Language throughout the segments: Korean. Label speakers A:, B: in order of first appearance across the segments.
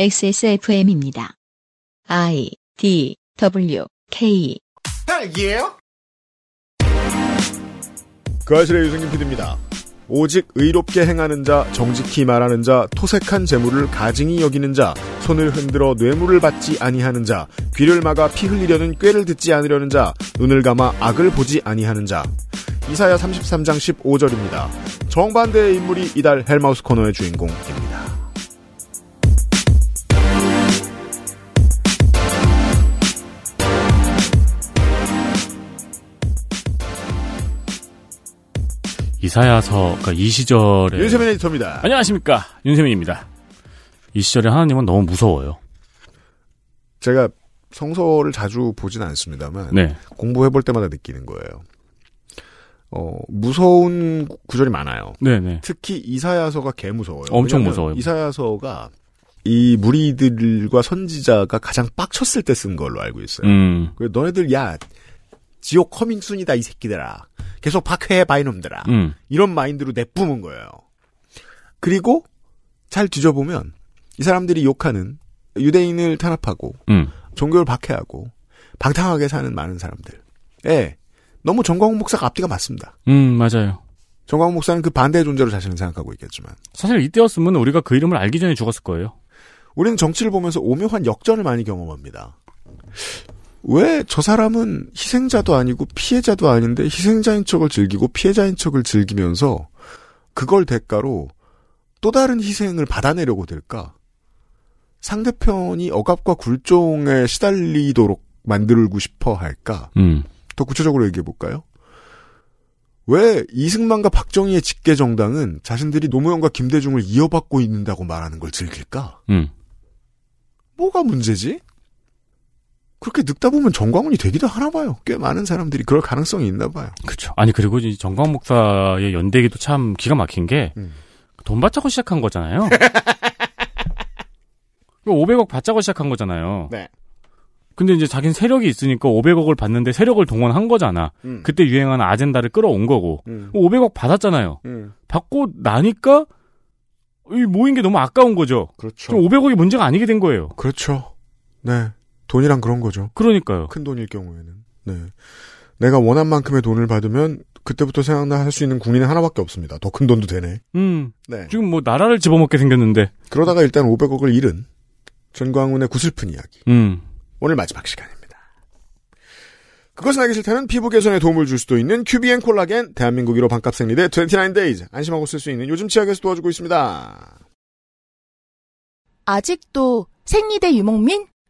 A: XSFM입니다. I D W K
B: 딸기예요?
C: 그 아실의 유승균 PD입니다. 오직 의롭게 행하는 자, 정직히 말하는 자, 토색한 재물을 가증히 여기는 자, 손을 흔들어 뇌물을 받지 아니하는 자, 귀를 막아 피 흘리려는 꾀를 듣지 않으려는 자, 눈을 감아 악을 보지 아니하는 자. 이사야 33장 15절입니다. 정반대의 인물이 이달 헬마우스 코너의 주인공입니다.
D: 이사야서 그러니까 이 시절에
C: 윤세민 에디터입니다.
D: 안녕하십니까 윤세민입니다. 이 시절에 하나님은 너무 무서워요.
C: 제가 성서를 자주 보진 않습니다만
D: 네,
C: 공부해볼 때마다 느끼는 거예요. 어, 무서운 구- 구절이 많아요.
D: 네, 네.
C: 특히 이사야서가 개 무서워요.
D: 엄청
C: 왜냐면
D: 무서워요.
C: 이사야서가 이 무리들과 선지자가 가장 빡쳤을 때 쓴 걸로 알고 있어요.
D: 음,
C: 그래서 너네들 야 지옥 커밍순이다 이 새끼들아. 계속 박해해 바이놈들아.
D: 음,
C: 이런 마인드로 내뿜은 거예요. 그리고 잘 뒤져보면 이 사람들이 욕하는 유대인을 탄압하고
D: 음,
C: 종교를 박해하고 방탕하게 사는 많은 사람들. 예. 너무 정광훈 목사가 앞뒤가 맞습니다.
D: 음, 맞아요.
C: 정광훈 목사는 그 반대의 존재로 자신을 생각하고 있겠지만
D: 사실 이때였으면 우리가 그 이름을 알기 전에 죽었을 거예요.
C: 우리는 정치를 보면서 오묘한 역전을 많이 경험합니다. 왜 저 사람은 희생자도 아니고 피해자도 아닌데 희생자인 척을 즐기고 피해자인 척을 즐기면서 그걸 대가로 또 다른 희생을 받아내려고 들까? 상대편이 억압과 굴종에 시달리도록 만들고 싶어 할까?
D: 음,
C: 더 구체적으로 얘기해 볼까요? 왜 이승만과 박정희의 직계 정당은 자신들이 노무현과 김대중을 이어받고 있는다고 말하는 걸 즐길까?
D: 음,
C: 뭐가 문제지? 그렇게 늙다 보면 정광훈이 되기도 하나 봐요. 꽤 많은 사람들이 그럴 가능성이 있나 봐요.
D: 그렇죠. 아니 그리고 이 정광 목사의 연대기도 참 기가 막힌 게
C: 음.
D: 돈 받자고 시작한 거잖아요. 500억 받자고 시작한 거잖아요.
C: 네.
D: 근데 이제 자기는 세력이 있으니까 500억을 받는데 세력을 동원한 거잖아.
C: 음.
D: 그때 유행하는 아젠다를 끌어온 거고. 500억 받았잖아요.
C: 음.
D: 받고 나니까 이 모인 게 너무 아까운 거죠.
C: 그렇죠.
D: 그럼 500억이 문제가 아니게 된 거예요.
C: 그렇죠. 네. 돈이란 그런 거죠.
D: 그러니까요.
C: 큰 돈일 경우에는. 네. 내가 원한 만큼의 돈을 받으면 그때부터 생각나 할 수 있는 국리는 하나밖에 없습니다. 더 큰 돈도 되네.
D: 음,
C: 네.
D: 지금 뭐 나라를 집어먹게 생겼는데.
C: 그러다가 일단 500억을 잃은 전광훈의 구슬픈 이야기.
D: 음,
C: 오늘 마지막 시간입니다. 그것은 알기 싫다는 피부 개선에 도움을 줄 수도 있는 큐비엔 콜라겐 대한민국 1호 반값 생리대 29데이즈 안심하고 쓸 수 있는 요즘 치약에서 도와주고 있습니다.
E: 아직도 생리대 유목민?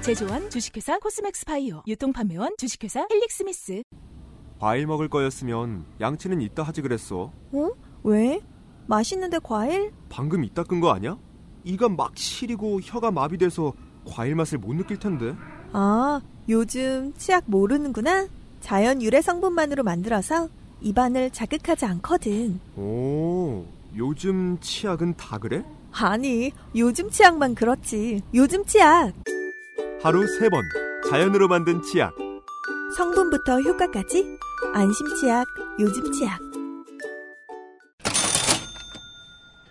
E: 제조원 주식회사 코스맥스 바이오 유통 판매원 주식회사 헬릭스미스
F: 과일 먹을 거였으면 양치는 이따 하지 그랬어
G: 왜? 맛있는데 과일?
F: 방금 이따 끈 거 아니야? 이가 막 시리고 혀가 마비돼서 과일 맛을 못 느낄 텐데
G: 아, 요즘 치약 모르는구나. 자연 유래 성분만으로 만들어서 입안을 자극하지 않거든.
F: 오 요즘 치약은 다 그래?
G: 아니, 요즘 치약만 그렇지. 요즘 치약.
F: 하루 세 번 자연으로 만든 치약
G: 성분부터 효과까지. 안심 치약, 요즘 치약.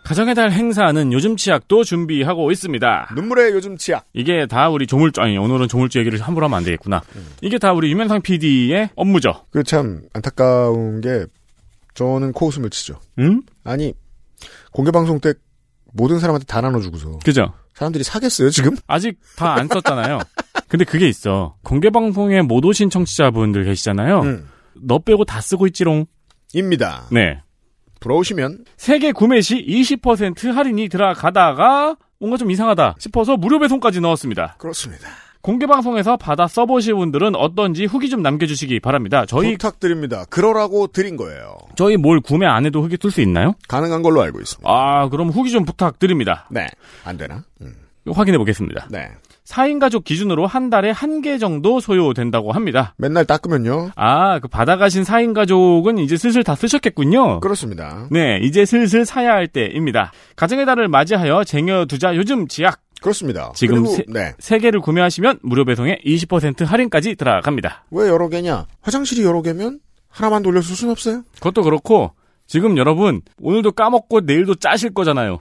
D: 가정의 달 행사는 요즘 치약도 준비하고 있습니다.
C: 눈물의 요즘 치약.
D: 이게 다 우리 조물주, 아니, 오늘은 조물주 얘기를 함부로 하면 안 되겠구나.
C: 음.
D: 이게 다 우리 유면상 PD의 업무죠.
C: 그 참 안타까운 게 저는 코웃음을 치죠.
D: 응?
C: 아니 공개 방송 때 모든 사람한테 다 나눠주고서
D: 그죠?
C: 사람들이 사겠어요 지금?
D: 아직 다 안 썼잖아요. 근데 그게 있어. 공개방송에 못 오신 청취자분들 계시잖아요.
C: 음.
D: 너 빼고 다 쓰고 있지롱.
C: 입니다.
D: 어. 네.
C: 부러우시면
D: 세계 구매 시 20% 할인이 들어가다가 뭔가 좀 이상하다 싶어서 무료 배송까지 넣었습니다.
C: 그렇습니다.
D: 공개 방송에서 받아 써보실 분들은 어떤지 후기 좀 남겨주시기 바랍니다. 저희
C: 부탁드립니다. 그러라고 드린 거예요.
D: 저희 뭘 구매 안 해도 후기 쓸 수 있나요?
C: 가능한 걸로 알고 있습니다.
D: 아 그럼 후기 좀 부탁드립니다.
C: 네. 안 되나? 음.
D: 확인해 보겠습니다.
C: 네.
D: 4인 가족 기준으로 한 달에 한 개 정도 소요된다고 합니다.
C: 맨날 닦으면요.
D: 아, 그 받아가신 4인 가족은 이제 슬슬 다
C: 어.
D: 쓰셨겠군요.
C: 그렇습니다.
D: 네, 이제 슬슬 사야 할 때입니다. 가정의 달을 맞이하여 쟁여두자 요즘 지약.
C: 그렇습니다.
D: 지금
C: 그리고,
D: 세-
C: 네.
D: 3개를 구매하시면 무료 배송에 20% 할인까지 들어갑니다.
C: 왜 여러 개냐? 화장실이 여러 개면 하나만 돌려줄 순 없어요.
D: 그것도 그렇고, 지금 여러분, 오늘도 까먹고 내일도 짜실 거잖아요.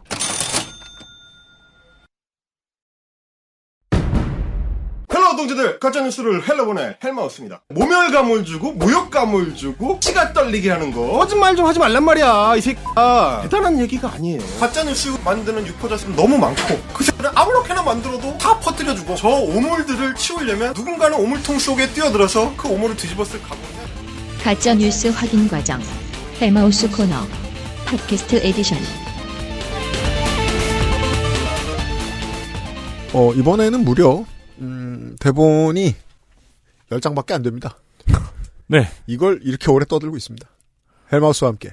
B: 헬로 동지들 가짜뉴스를 헬로보네 헬마우스입니다 모멸감을 주고 모욕감을 주고 치가 떨리게 하는 거
F: 거짓말 좀 하지 말란 말이야, 이 새끼야.
B: 대단한 얘기가 아니에요 가짜뉴스 만드는 유포자수는 너무 많고 그 새들은 아무렇게나 만들어도 다 퍼뜨려주고 저 오물들을 치우려면 누군가는 오물통 속에 뛰어들어서 그 오물을 뒤집어쓸 각오를 해야 돼요.
A: 가짜 뉴스 확인 과정. 헬마우스 코너. 팟캐스트 에디션.
C: 어, 이번에는 무려, 음, 대본이 10장밖에 안 됩니다.
D: 네.
C: 이걸 이렇게 오래 떠들고 있습니다. 헬마우스와 함께.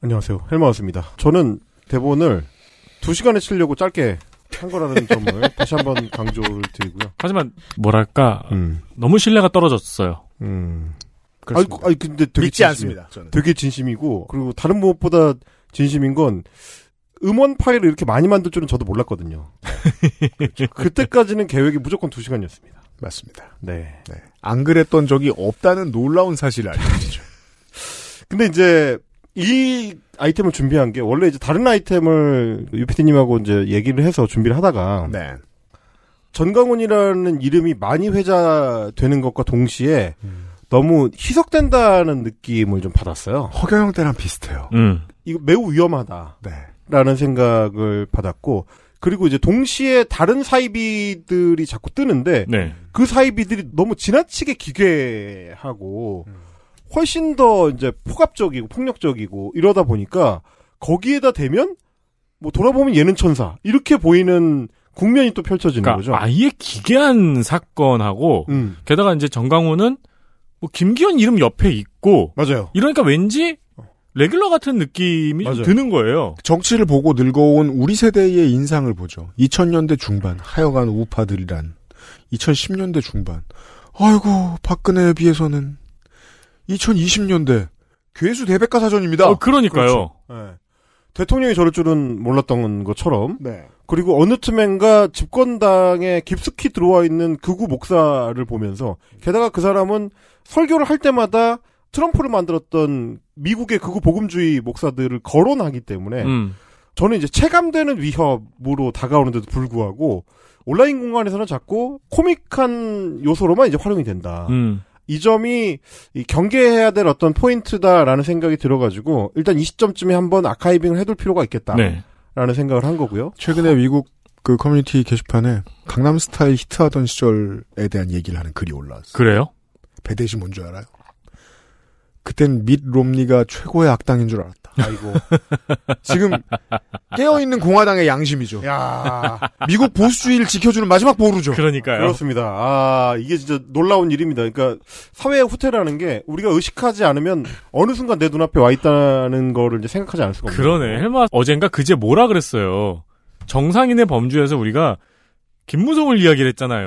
H: 안녕하세요. 헬마우스입니다. 저는 대본을 2시간에 치려고 짧게 한 거라는 점을 다시 한번 강조를 드리고요.
D: 하지만, 뭐랄까,
H: 음.
D: 너무 신뢰가 떨어졌어요.
H: 음. 아니,
C: 그렇습니다.
H: 아니 근데 되게
C: 믿지
H: 진심이-
C: 않습니다. 저는.
H: 되게 진심이고 그리고 다른 무엇보다 진심인 건 음원 파일을 이렇게 많이 만들 줄은 저도 몰랐거든요. 그때까지는 계획이 무조건 2시간이었습니다.
C: 맞습니다.
H: 네.
C: 안 그랬던 적이 없다는 놀라운 사실을 알려드리죠.
H: 근데 이제 이 아이템을 준비한 게 원래 이제 다른 아이템을 유피디님하고 이제 얘기를 해서 준비를 하다가
C: 네.
H: 전광훈이라는 이름이 많이 회자되는 것과 동시에 너무 희석된다는 느낌을 좀 받았어요.
C: 허경영 때랑 비슷해요.
D: 음.
H: 이거 매우 위험하다라는
C: 네.
H: 생각을 받았고 그리고 이제 동시에 다른 사이비들이 자꾸 뜨는데
D: 네.
H: 그 사이비들이 너무 지나치게 기괴하고 훨씬 더 이제 폭압적이고 폭력적이고 이러다 보니까 거기에다 대면 뭐 돌아보면 얘는 천사 이렇게 보이는 국면이 또 펼쳐지는
D: 그러니까
H: 거죠.
D: 아예 기괴한 사건하고
H: 음
D: 게다가 이제 정강호는 뭐 김기현 이름 옆에 있고
H: 맞아요.
D: 이러니까 왠지 레귤러 같은 느낌이 좀
H: 맞아요.
D: 드는 거예요.
C: 정치를 보고 늙어온 우리 세대의 인상을 보죠. 2000년대 중반, 하여간 우파들이란. 2010년대 중반. 아이고, 박근혜에 비해서는 2020년대 괴수 대백과 사전입니다.
D: 어, 그러니까요.
C: 그렇죠.
H: 예. 대통령이 저럴 줄은 몰랐던 것처럼
C: 네.
H: 그리고 어느 틈엔가 집권당에 깊숙이 들어와 있는 극우 목사를 보면서 게다가 그 사람은 설교를 할 때마다 트럼프를 만들었던 미국의 극우 복음주의 목사들을 거론하기 때문에
D: 음.
H: 저는 이제 체감되는 위협으로 다가오는데도 불구하고 온라인 공간에서는 자꾸 코믹한 요소로만 이제 활용이 된다.
D: 음.
H: 이 점이 이 경계해야 될 어떤 포인트다라는 생각이 들어가지고 일단 이 시점쯤에 한번 아카이빙을 해둘 필요가 있겠다라는
D: 네.
H: 생각을 한 거고요.
C: 최근에 미국 그 커뮤니티 게시판에 강남 스타일 히트하던 시절에 대한 얘기를 하는 글이 올라왔어요.
D: 그래요?
C: 배대시 뭔 줄 알아요? 그땐 밋 롬니가 최고의 악당인 줄 알았다. 아이고. 지금 깨어있는 공화당의 양심이죠.
H: 야
C: 미국 보수주의를 지켜주는 마지막 보루죠.
D: 그러니까요.
H: 그렇습니다. 아 이게 진짜 놀라운 일입니다. 그러니까 사회의 후퇴라는 게 우리가 의식하지 않으면 어느 순간 내 눈앞에 와 있다는 거를 이제 생각하지 않을 수가 없어요.
D: 그러네. 헬마 어젠가 그제 뭐라 그랬어요. 정상인의 범주에서 우리가 김무성을 이야기를 했잖아요.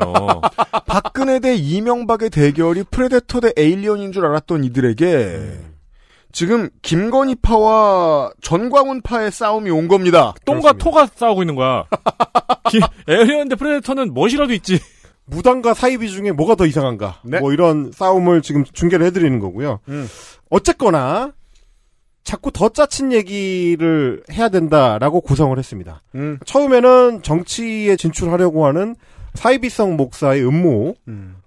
C: 박근혜 대 이명박의 대결이 프레데터 대 에일리언인 줄 알았던 이들에게 지금 김건희파와 전광훈파의 싸움이 온 겁니다.
D: 똥과 토가 싸우고 있는 거야. 기- 에리언 대 프레데터는 멋이라도 있지.
H: 무당과 사이비 중에 뭐가 더 이상한가?
C: 네.
H: 뭐 이런 싸움을 지금 중계를 해드리는 거고요.
C: 음.
H: 어쨌거나 자꾸 더 짜친 얘기를 해야 된다라고 구성을 했습니다.
C: 음.
H: 처음에는 정치에 진출하려고 하는 사이비성 목사의 음모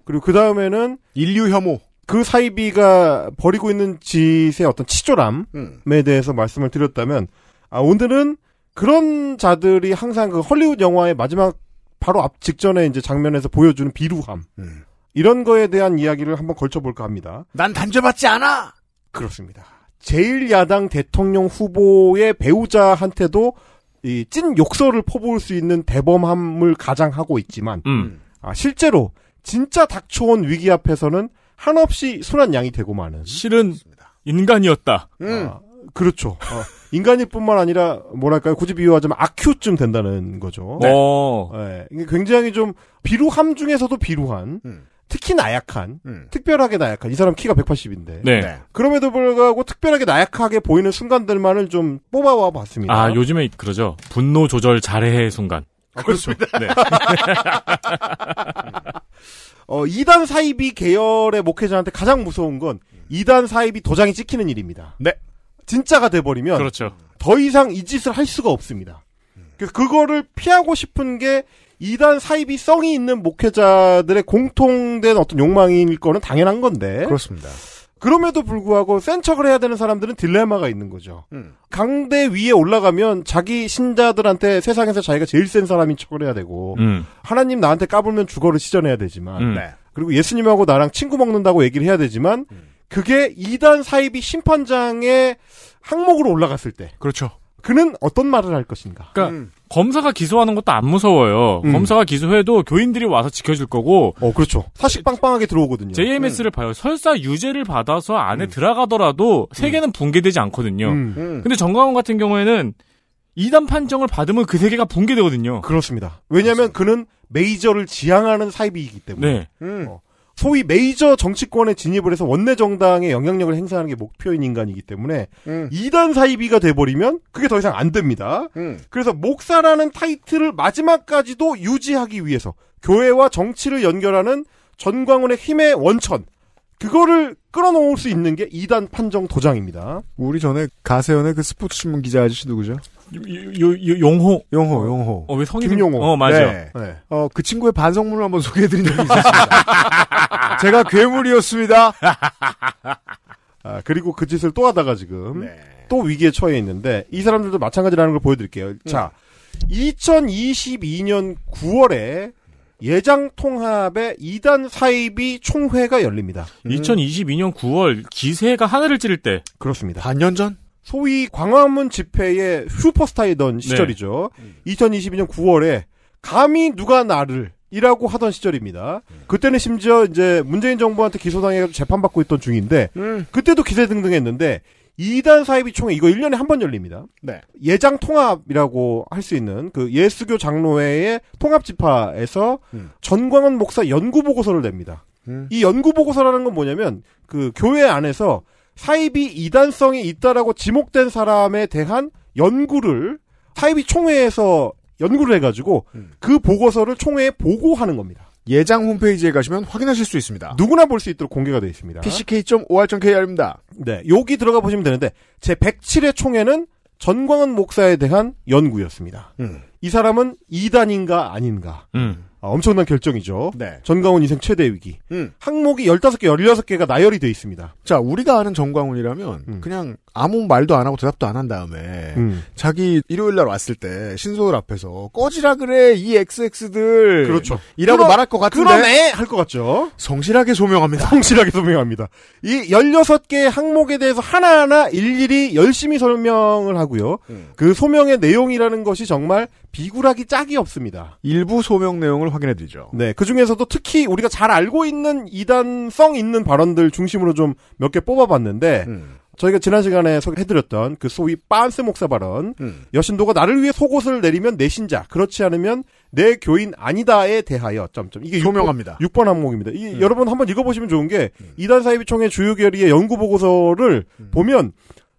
H: 그리고 그 다음에는
C: 인류 혐오.
H: 그 사이비가 벌이고 있는 짓의 어떤 치졸함에
C: 음.
H: 대해서 말씀을 드렸다면 아, 오늘은 그런 자들이 항상 그 헐리우드 영화의 마지막 바로 앞 직전에 이제 장면에서 보여주는 비루함
C: 음.
H: 이런 거에 대한 이야기를 한번 걸쳐볼까 합니다.
C: 난 단죄받지 않아.
H: 그렇습니다. 제1야당 대통령 후보의 배우자한테도 이 찐 욕설을 퍼부을 수 있는 대범함을 가장하고 있지만
D: 음.
H: 아, 실제로 진짜 닥쳐온 위기 앞에서는 한없이 순한 양이 되고 마는
D: 실은 인간이었다.
C: 음.
H: 아, 그렇죠. 어, 인간일 뿐만 아니라 뭐랄까요 굳이 비유하자면 악큐쯤 된다는 거죠.
I: 어.
H: 예, 이게 굉장히 좀 비루함 중에서도 비루한
C: 음.
H: 특히 나약한
C: 음.
H: 특별하게 나약한 이 사람 키가 180인데
I: 네.
H: 그럼에도 불구하고 특별하게 나약하게 보이는 순간들만을 좀 뽑아와 봤습니다.
I: 아, 요즘에 그러죠. 분노 조절 잘해 순간.
H: 그렇습니다. 어, 2단 사이비 계열의 목회자한테 가장 무서운 건
I: 음.
H: 2단 사이비 도장이 찍히는 일입니다.
C: 네.
H: 진짜가 돼버리면
I: 그렇죠.
H: 더 이상 이 짓을 할 수가 없습니다.
C: 음.
H: 그래서 그거를 피하고 싶은 게 2단 사이비 성이 있는 목회자들의 공통된 어떤 욕망일 거는 당연한 건데
C: 그렇습니다.
H: 그럼에도 불구하고 센 척을 해야 되는 사람들은 딜레마가 있는 거죠.
C: 음.
H: 강대 위에 올라가면 자기 신자들한테 세상에서 자기가 제일 센 사람인 척을 해야 되고
I: 음.
H: 하나님 나한테 까불면 주거를 시전해야 되지만
I: 음.
C: 네.
H: 그리고 예수님하고 나랑 친구 먹는다고 얘기를 해야 되지만
C: 음.
H: 그게 2단 사이비 심판장의 항목으로 올라갔을 때
C: 그렇죠.
H: 그는 어떤 말을 할 것인가?
I: 그러니까
C: 음.
I: 검사가 기소하는 것도 안 무서워요.
H: 음.
I: 검사가 기소해도 교인들이 와서 지켜줄 거고
H: 어 그렇죠. 사실 빵빵하게 들어오거든요.
I: JMS를 봐요. 설사 유죄를 받아서 안에 들어가더라도 세계는 붕괴되지 않거든요.
H: 음,
I: 근데 정광훈 같은 경우에는 2단 판정을 받으면 그 세계가 붕괴되거든요.
H: 그렇습니다. 왜냐하면 그는 메이저를 지향하는 사이비이기 때문에
I: 네.
C: 음.
H: 소위 메이저 정치권에 진입을 해서 원내 정당의 영향력을 행사하는 게 목표인 인간이기 때문에
C: 음.
H: 이단 사이비가 돼버리면 그게 더 이상 안 됩니다.
C: 음.
H: 그래서 목사라는 타이틀을 마지막까지도 유지하기 위해서 교회와 정치를 연결하는 전광훈의 힘의 원천 그거를 끌어놓을 수 있는 게 2단 판정 도장입니다.
C: 우리 전에 가세연의 그 스포츠 신문 기자 아저씨 누구죠?
I: 요, 요- 요- 용호.
C: 용호, 용호.
I: 어, 왜 성이
H: 김용호.
I: 어, 맞아요.
C: 네.
H: 네.
C: 어, 그 친구의 반성문을 한번 소개해드린 적이 있었습니다. 제가 괴물이었습니다.
H: 아, 그리고 그 짓을 또 하다가 지금 또 위기에 처해 있는데 이 사람들도 마찬가지라는 걸 보여드릴게요. 자, 2022년 9월에 예장 통합의 2단 사이비 총회가 열립니다.
I: 2022년 9월 기세가 하늘을 찌를 때
H: 그렇습니다.
C: 반년 전?
H: 소위 광화문 집회의 슈퍼스타이던 시절이죠. 2022년 9월에 감히 누가 나를 이라고 하던 시절입니다. 그때는 심지어 이제 문재인 정부한테 기소당해서 재판받고 있던 중인데 그때도 기세 등등했는데 2단 사이비 총회 이거 1년에 한 번 열립니다.
C: 네.
H: 예장 통합이라고 할 수 있는 그 예수교 장로회의 통합 집회에서
C: 음.
H: 전광훈 목사 연구 보고서를 냅니다.
C: 음.
H: 이 연구 보고서라는 건 뭐냐면 그 교회 안에서 사이비 이단성이 있다라고 지목된 사람에 대한 연구를 사이비 총회에서 연구를 해가지고
C: 음.
H: 그 보고서를 총회에 보고하는 겁니다.
C: 예장 홈페이지에 가시면 확인하실 수 있습니다.
H: 누구나 볼 수 있도록 공개가 되어
C: 아.
H: 있습니다.
C: 그 pck.or.kr입니다.
H: 네, 여기 들어가 보시면 되는데 제 107회 총회는 전광훈 목사에 대한 연구였습니다.
C: 음.
H: 이 사람은 이단인가 아닌가
I: 음.
H: 아, 엄청난 결정이죠.
C: 네.
H: 전광훈 인생 최대 위기.
C: 음.
H: 항목이 15개, 16개가 나열이 돼 있습니다.
C: 자, 우리가 아는 정광훈이라면
H: 음.
C: 그냥 아무 말도 안 하고 대답도 안 한 다음에
H: 음.
C: 자기 일요일 날 왔을 때 신소울 앞에서 꺼지라 그래 이 XX들
H: 그렇죠.
C: 이라고
H: 그러-
C: 말할 것 같은데
H: 그러네 할 것 같죠.
C: 성실하게 소명합니다.
H: 성실하게 설명합니다. 이 16개의 항목에 대해서 하나하나 일일이 열심히 설명을 하고요. 그 소명의 내용이라는 것이 정말 비굴하기 짝이 없습니다.
C: 일부 소명 내용을 확인해 드리죠.
H: 네, 그 중에서도 특히 우리가 잘 알고 있는 이단성 있는 발언들 중심으로 좀 몇 개 뽑아봤는데
C: 음.
H: 저희가 지난 시간에 소개해드렸던 그 소위 빤스 목사 발언
C: 음.
H: 여신도가 나를 위해 속옷을 내리면 내 신자 그렇지 않으면 내 교인 아니다에 대하여 점점 이게
C: 소명합니다. 음.
H: 6번, 항목입니다. 이 여러분 한번 읽어보시면 좋은 게 이단 사이비총회 주요결의의 연구 보고서를 보면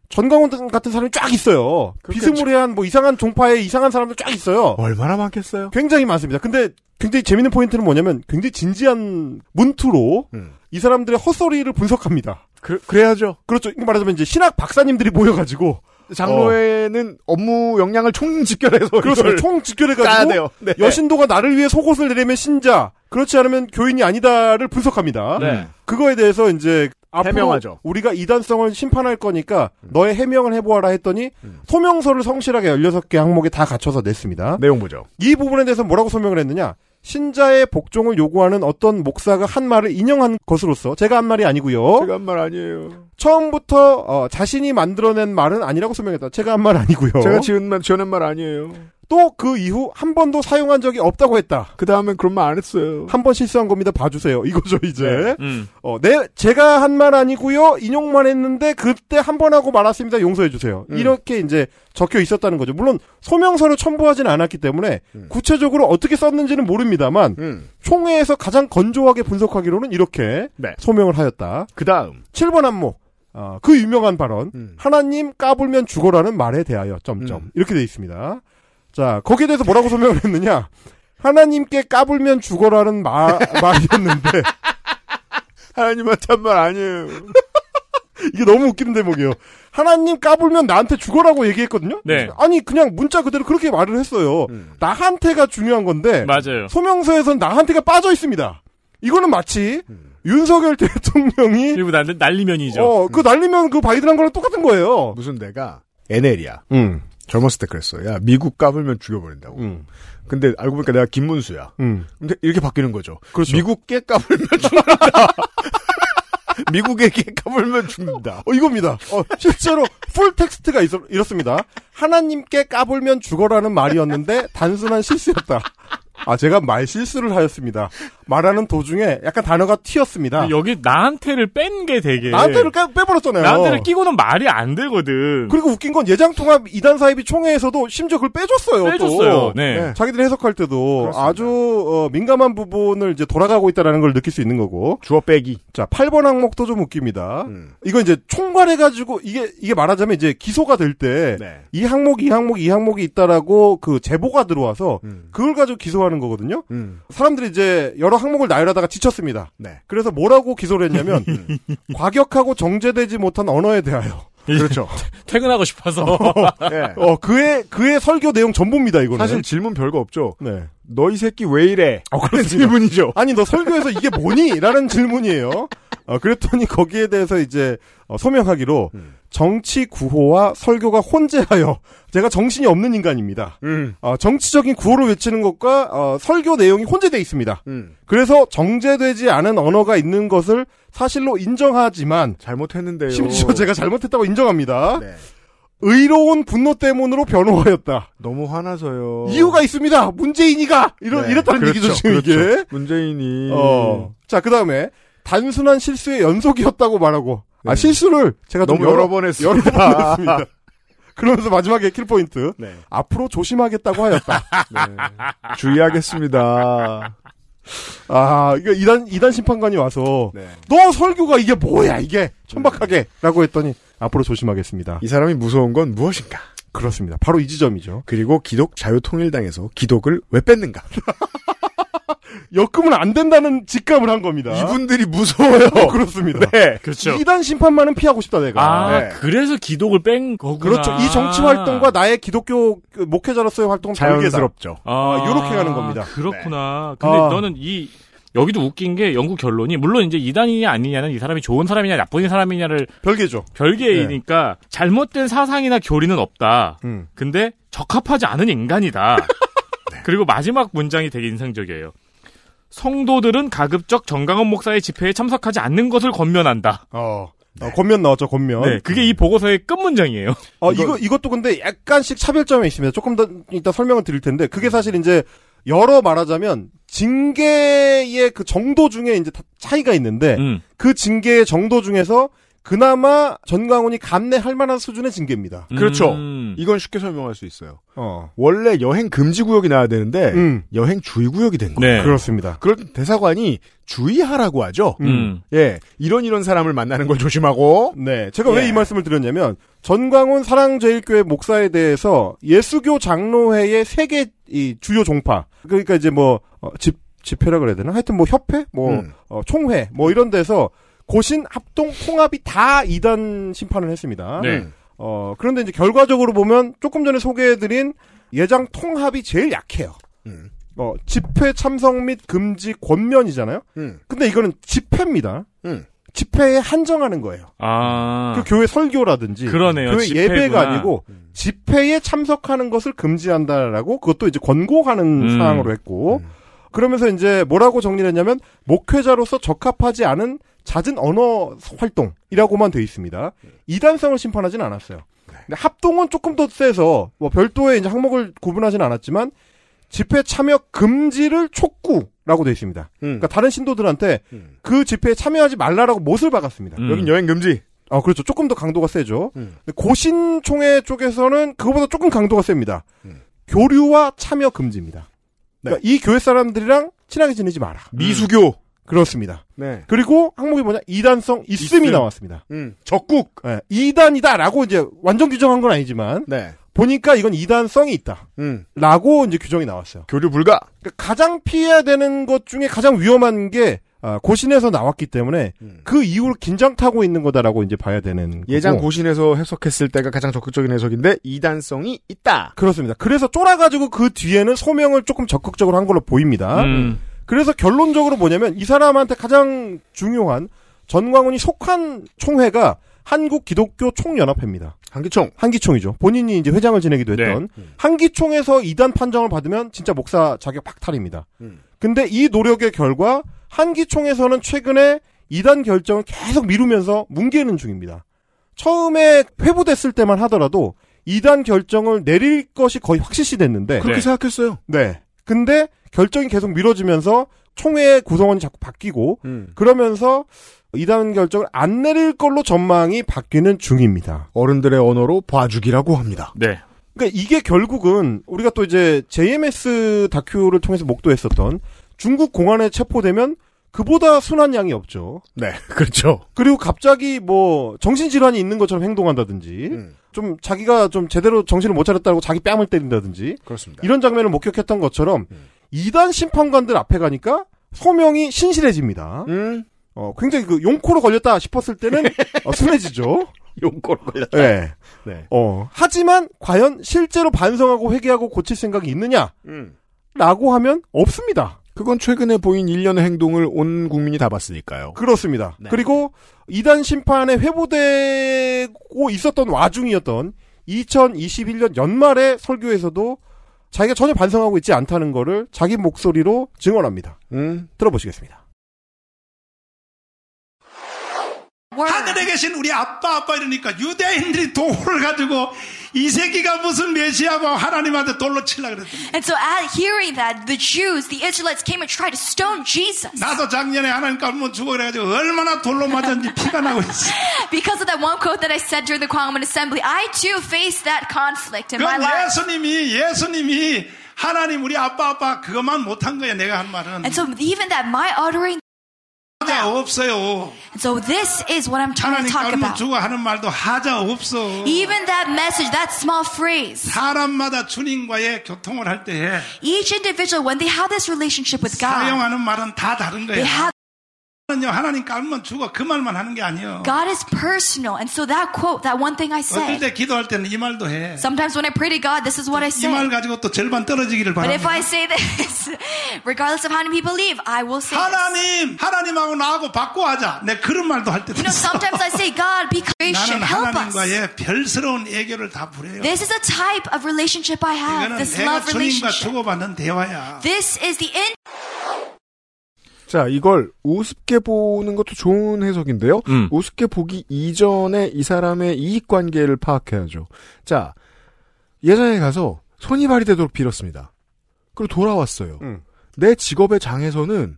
H: 전광훈 같은 사람이 쫙 있어요.
C: 음. 그렇겠죠.
H: 비스무리한 뭐 이상한 종파의 이상한 사람들 쫙 있어요.
C: 얼마나 많겠어요?
H: 굉장히 많습니다. 근데 굉장히 재밌는 포인트는 뭐냐면 굉장히 진지한 문투로
C: 음.
H: 이 사람들의 헛소리를 분석합니다.
C: 그, 그래야죠.
H: 그렇죠. 이거 말하자면 이제 신학 박사님들이 모여가지고
C: 장로회는 어. 업무 역량을 총 집결해서
H: 그렇죠.
C: 이걸
H: 총
C: 짜야
H: 직결해가지고
C: 돼요. 네.
H: 여신도가 나를 위해 속옷을 내리면 신자 그렇지 않으면 교인이 아니다를 분석합니다.
I: 네.
H: 그거에 대해서 이제 앞으로
C: 해명하죠.
H: 우리가 이단성을 심판할 거니까 너의 해명을 해보아라 했더니
C: 음.
H: 소명서를 성실하게 16개 항목에 다 갖춰서 냈습니다.
C: 내용 보죠.
H: 이 부분에 대해서 뭐라고 소명을 했느냐? 신자의 복종을 요구하는 어떤 목사가 한 말을 인용한 것으로서 제가 한 말이 아니고요.
C: 제가 한 말 아니에요.
H: 처음부터 어, 자신이 만들어낸 말은 아니라고 소명했다. 제가 한 말 아니고요.
C: 제가 지은 말, 지어낸 말 아니에요.
H: 또 그 이후 한 번도 사용한 적이 없다고 했다.
C: 그 다음엔 그런 말 안 했어요.
H: 한 번 실수한 겁니다. 봐주세요. 이거죠
C: 네.
H: 이제.
I: 음.
H: 어, 내 제가 한 말 아니고요. 인용만 했는데 그때 한 번 하고 말았습니다. 용서해 주세요.
C: 음.
H: 이렇게 이제 적혀 있었다는 거죠. 물론 소명서를 첨부하지는 않았기 때문에
C: 음.
H: 구체적으로 어떻게 썼는지는 모릅니다만
C: 음.
H: 총회에서 가장 건조하게 분석하기로는 이렇게
C: 네.
H: 소명을 하였다.
C: 그 다음.
H: 7번 안무. 어, 그 유명한 발언.
C: 음.
H: 하나님 까불면 죽어라는 말에 대하여 점점
C: 음.
H: 이렇게 돼 있습니다. 자 거기에 대해서 뭐라고 소명을 했느냐? 하나님께 까불면 죽어라는 말 말이었는데
C: 하나님한테 한 말 아니에요.
H: 이게 너무 웃기는 대목이에요. 하나님 까불면 나한테 죽어라고 얘기했거든요.
I: 네.
H: 아니 그냥 문자 그대로 그렇게 말을 했어요.
C: 음.
H: 나한테가 중요한 건데
I: 음. 맞아요.
H: 소명서에선 나한테가 빠져 있습니다. 이거는 마치
I: 음.
H: 윤석열 대통령이
I: 그리고 날, 난리면이죠.
H: 어그 날리면 그 바이든 한 거랑 똑같은 거예요.
C: 무슨 내가 NL이야.
H: 음,
C: 젊었을 때 그랬어. 야, 미국 까불면 죽여버린다고.
H: 음,
C: 근데 알고 보니까 내가 김문수야.
H: 음.
C: 근데 이렇게 바뀌는 거죠.
H: 그렇죠.
C: 미국에 까불면 죽는다. 미국에게 까불면 죽는다.
H: 어, 이겁니다. 어, 실제로 풀 텍스트가 있, 이렇습니다. 하나님께 까불면 죽어라는 말이었는데 단순한 실수였다. 아, 제가 말 실수를 하였습니다. 말하는 도중에 약간 단어가 튀었습니다.
I: 근데
D: 예.
I: 여기 나한테를 뺀 게 되게
H: 나한테를 빼, 빼버렸잖아요.
I: 나한테를 끼고는 말이 안 되거든.
H: 그리고 웃긴 건 예장통합 이단 사이비 총회에서도 심지어 그걸 빼줬어요. 또.
I: 빼줬어요. 네.
C: 네.
H: 자기들 해석할 때도
C: 그렇습니다.
H: 아주 어, 민감한 부분을 이제 돌아가고 있다라는 걸 느낄 수 있는 거고.
C: 주어 빼기.
H: 자, 8번 항목도 좀 웃깁니다.
C: 음.
H: 이거 이제 총괄해가지고 이게 이게 말하자면 이제 기소가 될 때 이
C: 네.
H: 항목 이 항목 이 항목이 있다라고 그 제보가 들어와서
C: 음.
H: 그걸 가지고 기소하는 거거든요.
C: 음.
H: 사람들이 이제 여러 항목을 나열하다가 지쳤습니다.
C: 네. 음.
H: 그래서 뭐라고 기소를 했냐면 과격하고 정제되지 못한 언어에 대하여.
C: 그렇죠.
I: 퇴근하고 싶어서.
C: 네.
H: 어 그의 그의 설교 내용 전부입니다 이거는.
C: 사실 질문 별거 없죠.
H: 네.
C: 너 이 새끼 왜 이래?
H: 어,
C: 그런 질문이죠.
H: 아니 너 설교에서 이게 뭐니? 라는 질문이에요. 어, 그랬더니 거기에 대해서 이제 어, 소명하기로
C: 음.
H: 정치 구호와 설교가 혼재하여 제가 정신이 없는 인간입니다.
C: 음.
H: 어, 정치적인 구호를 외치는 것과 어, 설교 내용이 혼재돼 있습니다.
C: 음.
H: 그래서 정제되지 않은 언어가 있는 것을 사실로 인정하지만
C: 잘못했는데요.
H: 심지어 제가 잘못했다고 인정합니다.
C: 네.
H: 의로운 분노 때문으로 변호하였다.
C: 너무 화나서요.
H: 이유가 있습니다. 문재인이가 이런
C: 어. 네.
H: 이렇다는
C: 그렇죠.
H: 얘기죠 지금 이게.
C: 그렇죠. 문재인이
H: 어. 자, 그 다음에, 단순한 실수의 연속이었다고 말하고, 아,
C: 네.
H: 실수를 제가 좀
C: 너무 여러 번 했습니다.
H: 여러 번 했습니다. 그러면서 마지막에 킬포인트.
C: 네.
H: 앞으로 조심하겠다고 하였다.
C: 네. 주의하겠습니다.
H: 아, 이거 이단, 이단 심판관이 와서,
C: 네.
H: 너 설교가 이게 뭐야, 이게! 천박하게! 라고 했더니, 앞으로 조심하겠습니다.
C: 이 사람이 무서운 건 무엇인가?
H: 그렇습니다. 바로 이 지점이죠.
C: 그리고 기독 자유통일당에서 기독을 왜 뺐는가?
H: 역금은 안 된다는 직감을 한 겁니다.
C: 이분들이 무서워요.
H: 어, 그렇습니다.
C: 네.
I: 그렇죠.
H: 이단 심판만은 피하고 싶다, 내가.
I: 아,
C: 네.
I: 그래서 기독을 뺀 거구나.
H: 그렇죠. 이 정치 활동과 나의 기독교 그 목회자로서의 활동은 다르다.
C: 자연스럽죠.
I: 아,
H: 요렇게 가는 겁니다.
I: 그렇구나. 근데
H: 아.
I: 너는 이 여기도 웃긴 게 연구 결론이 물론 이제 이단이냐 아니냐는 이 사람이 좋은 사람이냐 나쁜 사람이냐를
H: 별개죠.
I: 별개이니까
H: 네.
I: 잘못된 사상이나 교리는 없다.
H: 음.
I: 근데 적합하지 않은 인간이다.
H: 네.
I: 그리고 마지막 문장이 되게 인상적이에요. 성도들은 가급적 정강원 목사의 집회에 참석하지 않는 것을 권면한다.
H: 어. 어, 권면 나왔죠, 권면.
I: 네, 그게 이 보고서의 끝 문장이에요.
H: 어, 이거, 이것도 근데 약간씩 차별점이 있습니다. 조금 더 이따 설명을 드릴 텐데, 그게 사실 이제, 여러 말하자면, 징계의 그 정도 중에 이제 다 차이가 있는데,
I: 음.
H: 그 징계의 정도 중에서, 그나마 전광훈이 감내할 만한 수준의 징계입니다.
C: 그렇죠.
I: 음.
C: 이건 쉽게 설명할 수 있어요.
H: 어.
C: 원래 여행 금지 구역이 나와야 되는데
H: 음.
C: 여행 주의 구역이 된 거예요.
I: 네.
H: 그렇습니다.
C: 그럴 때 대사관이 주의하라고 하죠.
I: 음.
C: 예, 이런 이런 사람을 만나는 걸 조심하고.
H: 네, 제가 왜
C: 예.
H: 이 말씀을 드렸냐면 전광훈 사랑제일교회 목사에 대해서 예수교 장로회의 세계 이 주요 종파 그러니까 이제 뭐집 집회라 그래야 되나 하여튼 뭐 협회 뭐
C: 음.
H: 어, 총회 뭐 이런 데서 고신 합동 통합이 다 이단 심판을 했습니다.
I: 네.
C: 음.
H: 어 그런데 이제 결과적으로 보면 조금 전에 소개해드린 예장 통합이 제일 약해요.
C: 음.
H: 어 집회 참석 및 금지 권면이잖아요.
C: 음.
H: 근데 이거는 집회입니다.
C: 음.
H: 집회에 한정하는 거예요.
I: 아.
H: 그 교회 설교라든지
I: 그러네요.
H: 교회
I: 집회구나. 음.
H: 예배가 아니고 집회에 참석하는 것을 금지한다라고 그것도 이제 권고하는
I: 음.
H: 사항으로 했고
C: 음.
H: 그러면서 이제 뭐라고 정리했냐면 목회자로서 적합하지 않은 잦은 언어 활동이라고만 돼 있습니다. 이단성을 심판하진 않았어요. 근데 합동은 조금 더 세서 뭐 별도의 이제 항목을 구분하진 않았지만 집회 참여 금지를 촉구라고 되어 있습니다.
C: 음.
H: 그러니까 다른 신도들한테 그 집회에 참여하지 말라라고 못을 박았습니다.
C: 음. 여긴 여행 금지.
H: 아 그렇죠. 조금 더 강도가 세죠.
C: 음.
H: 근데 고신총회 쪽에서는 그거보다 조금 강도가 셉니다.
C: 음.
H: 교류와 참여 금지입니다. 그러니까 이 교회 사람들이랑 친하게 지내지 마라.
C: 네. 음. 미수교.
H: 그렇습니다.
C: 네.
H: 그리고 항목이 뭐냐? 이단성 있음이
C: 있음.
H: 나왔습니다.
C: 음.
H: 적국. 예, 이단이다라고 이제 완전 규정한 건 아니지만
C: 네.
H: 보니까 이건 이단성이 있다.
C: 음.
H: 라고 이제 규정이 나왔어요.
C: 교류 불가.
H: 그러니까 가장 피해야 되는 것 중에 가장 위험한 게 아, 고신에서 나왔기 때문에 그 이후로 긴장 타고 있는 거다라고 이제 봐야 되는
C: 음. 예장
H: 거고.
C: 고신에서 해석했을 때가 가장 적극적인 해석인데 이단성이 있다.
H: 그렇습니다. 그래서 쫄아가지고 그 뒤에는 소명을 조금 적극적으로 한 걸로 보입니다.
I: 음.
H: 그래서 결론적으로 뭐냐면 이 사람한테 가장 중요한 전광훈이 속한 총회가 한국 기독교 총연합회입니다.
C: 한기총.
H: 한기총이죠. 본인이 이제 회장을 지내기도 했던 한기총에서 이단 판정을 받으면 진짜 목사 자격 박탈입니다. 근데 이 노력의 결과 한기총에서는 최근에 이단 결정을 계속 미루면서 뭉개는 중입니다. 처음에 회부됐을 때만 하더라도 이단 결정을 내릴 것이 거의 확실시 됐는데
I: 네.
C: 그렇게 생각했어요.
H: 네. 근데 결정이 계속 미뤄지면서 총회의 구성원이 자꾸 바뀌고
C: 음.
H: 그러면서 이단 결정을 안 내릴 걸로 전망이 바뀌는 중입니다.
C: 어른들의 언어로 봐주기라고 합니다.
I: 네.
H: 그러니까 이게 결국은 우리가 또 이제 JMS 다큐를 통해서 목도했었던 중국 공안에 체포되면 그보다 순한 양이 없죠.
C: 네, 그렇죠.
H: 그리고 갑자기 뭐 정신질환이 있는 것처럼 행동한다든지
C: 음.
H: 좀 자기가 좀 제대로 정신을 못 차렸다고 자기 뺨을 때린다든지
C: 그렇습니다.
H: 이런 장면을 목격했던 것처럼 이단 심판관들 앞에 가니까 소명이 신실해집니다.
C: 음,
H: 어, 굉장히 그 용코로 걸렸다 싶었을 때는 어, 순해지죠.
C: 용골 걸렸다.
H: 예.
C: 네.
H: 어, 하지만 과연 실제로 반성하고 회개하고 고칠 생각이 있느냐?
C: 음.
H: 라고 하면 없습니다.
C: 그건 최근에 보인 일련의 행동을 온 국민이 다 봤으니까요.
H: 그렇습니다.
C: 네.
H: 그리고 이단 심판에 회부되고 있었던 와중이었던 2021년 연말에 설교에서도 자기가 전혀 반성하고 있지 않다는 거를 자기 목소리로 증언합니다.
C: 음.
H: 들어보시겠습니다.
J: 하늘에 계신 우리 아빠 아빠 이러니까 유대인들이 돌을 가지고 이 새끼가 무슨 메시아고 하나님한테 돌로 칠라 그랬더니
K: And so, at hearing that, the Jews, the Israelites, came and tried to stone Jesus.
J: 나도 작년에 하나님 까면 죽어 그래가지고 얼마나 돌로 맞았는지 피가 나고 있어.
K: Because of that one quote that I said during the Kwangman assembly, I too faced that conflict in my
J: 그건
K: life.
J: 예수님이 예수님이 하나님 우리 아빠 아빠 그것만 못한 거야 내가 한 말은.
K: And so, even that, my uttering.
J: 하자 없어요.
K: And so, this is what I'm trying
J: 하나님
K: to talk
J: 까면
K: about.
J: 죽어 하는 말도 하자 없어.
K: Even that message, that small phrase,
J: 사람마다 주님과의 교통을 할 때
K: each individual, when they have this relationship with God,
J: 사용하는 말은 다 다른
K: they
J: 거야.
K: have.
J: 하는요 하나님 깔면 죽어 그 말만 하는 게 아니에요.
K: God is personal. And so, that quote, that one thing I
J: 어떨
K: say,
J: 때 기도할 때는 이 말도 해.
K: sometimes when I pray to God, this is what I
J: 네. 이
K: say.
J: 말 가지고 또 절반 떨어지기를
K: But if
J: 바랍니다.
K: I say this, regardless of how many people leave, I will say this.
J: 하나님, 하나님하고 나하고 바꿔하자. 내 그런 말도 할 때도
K: You know,
J: 있어.
K: sometimes I say, God, be gracious,
J: 나는
K: help us.
J: 하나님과의 별스러운 애교를 다 부려요.
K: This is a type of relationship I have,
J: 이거는
K: this
J: 내가
K: love
J: 주님과
K: relationship.
J: 주고받는 대화야.
K: This is the end.
C: 자, 이걸 우습게 보는 것도 좋은 해석인데요.
I: 음.
C: 우습게 보기 이전에 이 사람의 이익 관계를 파악해야죠. 자, 예전에 가서 손이 발이 되도록 빌었습니다. 그리고 돌아왔어요.
H: 음.
C: 내 직업의 장에서는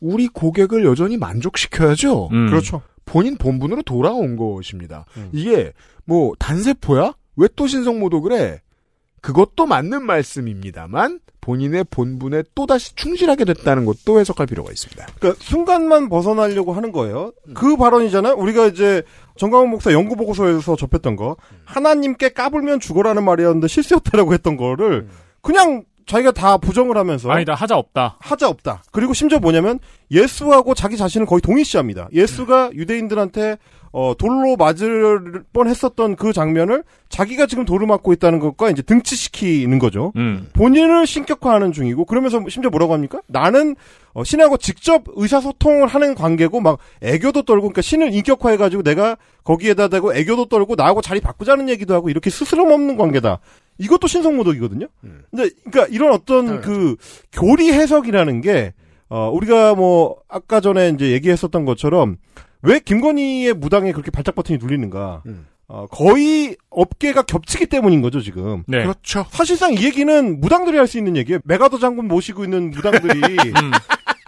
C: 우리 고객을 여전히 만족시켜야죠.
I: 음.
H: 그렇죠.
C: 본인 본분으로 돌아온 것입니다. 이게 뭐 단세포야? 왜 또 신성모독 그래? 그것도 맞는 말씀입니다만 본인의 본분에 또다시 충실하게 됐다는 것도 해석할 필요가 있습니다.
H: 그러니까 순간만 벗어나려고 하는 거예요. 그 발언이잖아요. 우리가 이제 정강훈 목사 연구 보고서에서 접했던 거 하나님께 까불면 죽어라는 말이었는데 실수였다라고 했던 거를 그냥 자기가 다 부정을 하면서
I: 아니다 하자 없다.
H: 하자 없다. 그리고 심지어 뭐냐면 예수하고 자기 자신을 거의 동일시합니다. 예수가 유대인들한테 어, 돌로 맞을 뻔했었던 그 장면을 자기가 지금 돌을 맞고 있다는 것과 이제 등치시키는 거죠.
I: 음.
H: 본인을 신격화하는 중이고 그러면서 심지어 뭐라고 합니까? 나는 어, 신하고 직접 의사소통을 하는 관계고 막 애교도 떨고 그러니까 신을 인격화해가지고 내가 거기에다 대고 애교도 떨고 나하고 자리 바꾸자는 얘기도 하고 이렇게 스스럼 없는 관계다. 이것도 신성모독이거든요.
C: 음.
H: 근데 그러니까 이런 어떤 그 교리 해석이라는 게 어, 우리가 뭐
C: 음.
H: 아까 전에 이제 얘기했었던 것처럼 왜 김건희의 무당에 그렇게 발작 버튼이 눌리는가? 어, 거의 업계가 겹치기 때문인 거죠 지금.
I: 네.
C: 그렇죠.
H: 사실상 이 얘기는 무당들이 할 수 있는 얘기예요. 메가더 장군 모시고 있는 무당들이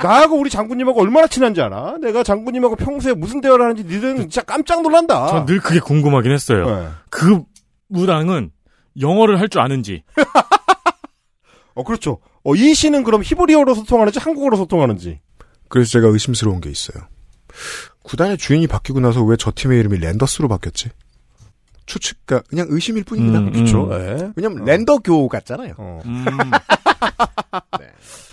H: 나하고 우리 장군님하고 얼마나 친한지 알아? 내가 장군님하고 평소에 무슨 대화를 하는지 니들은 진짜 깜짝 놀란다.
I: 전 늘 그게 궁금하긴 했어요.
H: 네.
I: 그 무당은 영어를 할 줄 아는지.
H: 어 그렇죠. 어, 이 씨는 그럼 히브리어로 소통하는지 한국어로 소통하는지.
C: 그래서 제가 의심스러운 게 있어요. 구단의 주인이 바뀌고 나서 왜 저 팀의 이름이 랜더스로 바뀌었지? 추측, 그 그냥 의심일 뿐입니다.
H: 음,
C: 그렇죠.
H: 음.
C: 예. 왜냐면 랜더교 같잖아요.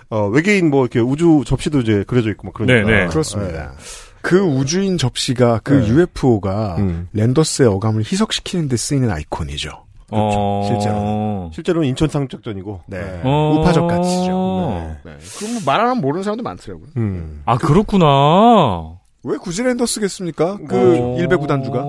H: 어, 외계인 뭐 이렇게 우주 접시도 이제 그려져 있고 막 그러니까.
I: 네,
C: 그렇습니다. 그 우주인 접시가 그
H: 네. 음.
C: UFO가 랜더스의 어감을 희석시키는 데 쓰이는 아이콘이죠.
I: 어.
H: 실제로 실제로는 인천 상적전이고
C: 네.
I: 어.
C: 우파적 가치죠. 네. 네. 그럼 뭐 말하면 모르는 사람도 많더라고요.
H: 음.
I: 아 그렇구나. 어.
C: 왜 굳이 랜더스겠습니까? 그 일베 구단주가.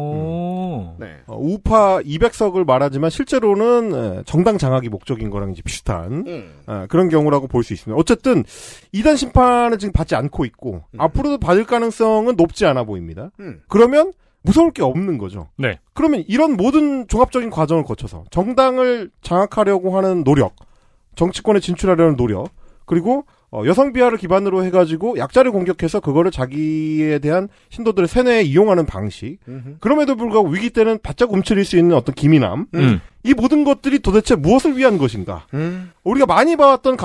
C: 네.
H: 어, 우파 200석을 말하지만 실제로는 에, 정당 장악이 목적인 거랑 이제 비슷한 아, 그런 경우라고 볼 수 있습니다. 어쨌든 이단 심판은 지금 받지 않고 있고 앞으로도 받을 가능성은 높지 않아 보입니다.
C: 음.
H: 그러면 무서울 게 없는 거죠.
I: 네.
H: 그러면 이런 모든 종합적인 과정을 거쳐서 정당을 장악하려고 하는 노력, 정치권에 진출하려는 노력, 그리고 어, 여성 비하를 기반으로 해가지고 약자를 공격해서 그거를 자기에 대한 신도들의 세뇌에 이용하는 방식. 그럼에도 불구하고 위기 때는 바짝 움츠릴 수 있는 어떤 기민함.
I: 음.
H: 이 모든 것들이 도대체 무엇을 위한 것인가?
C: 음.
H: 우리가 많이 봐왔던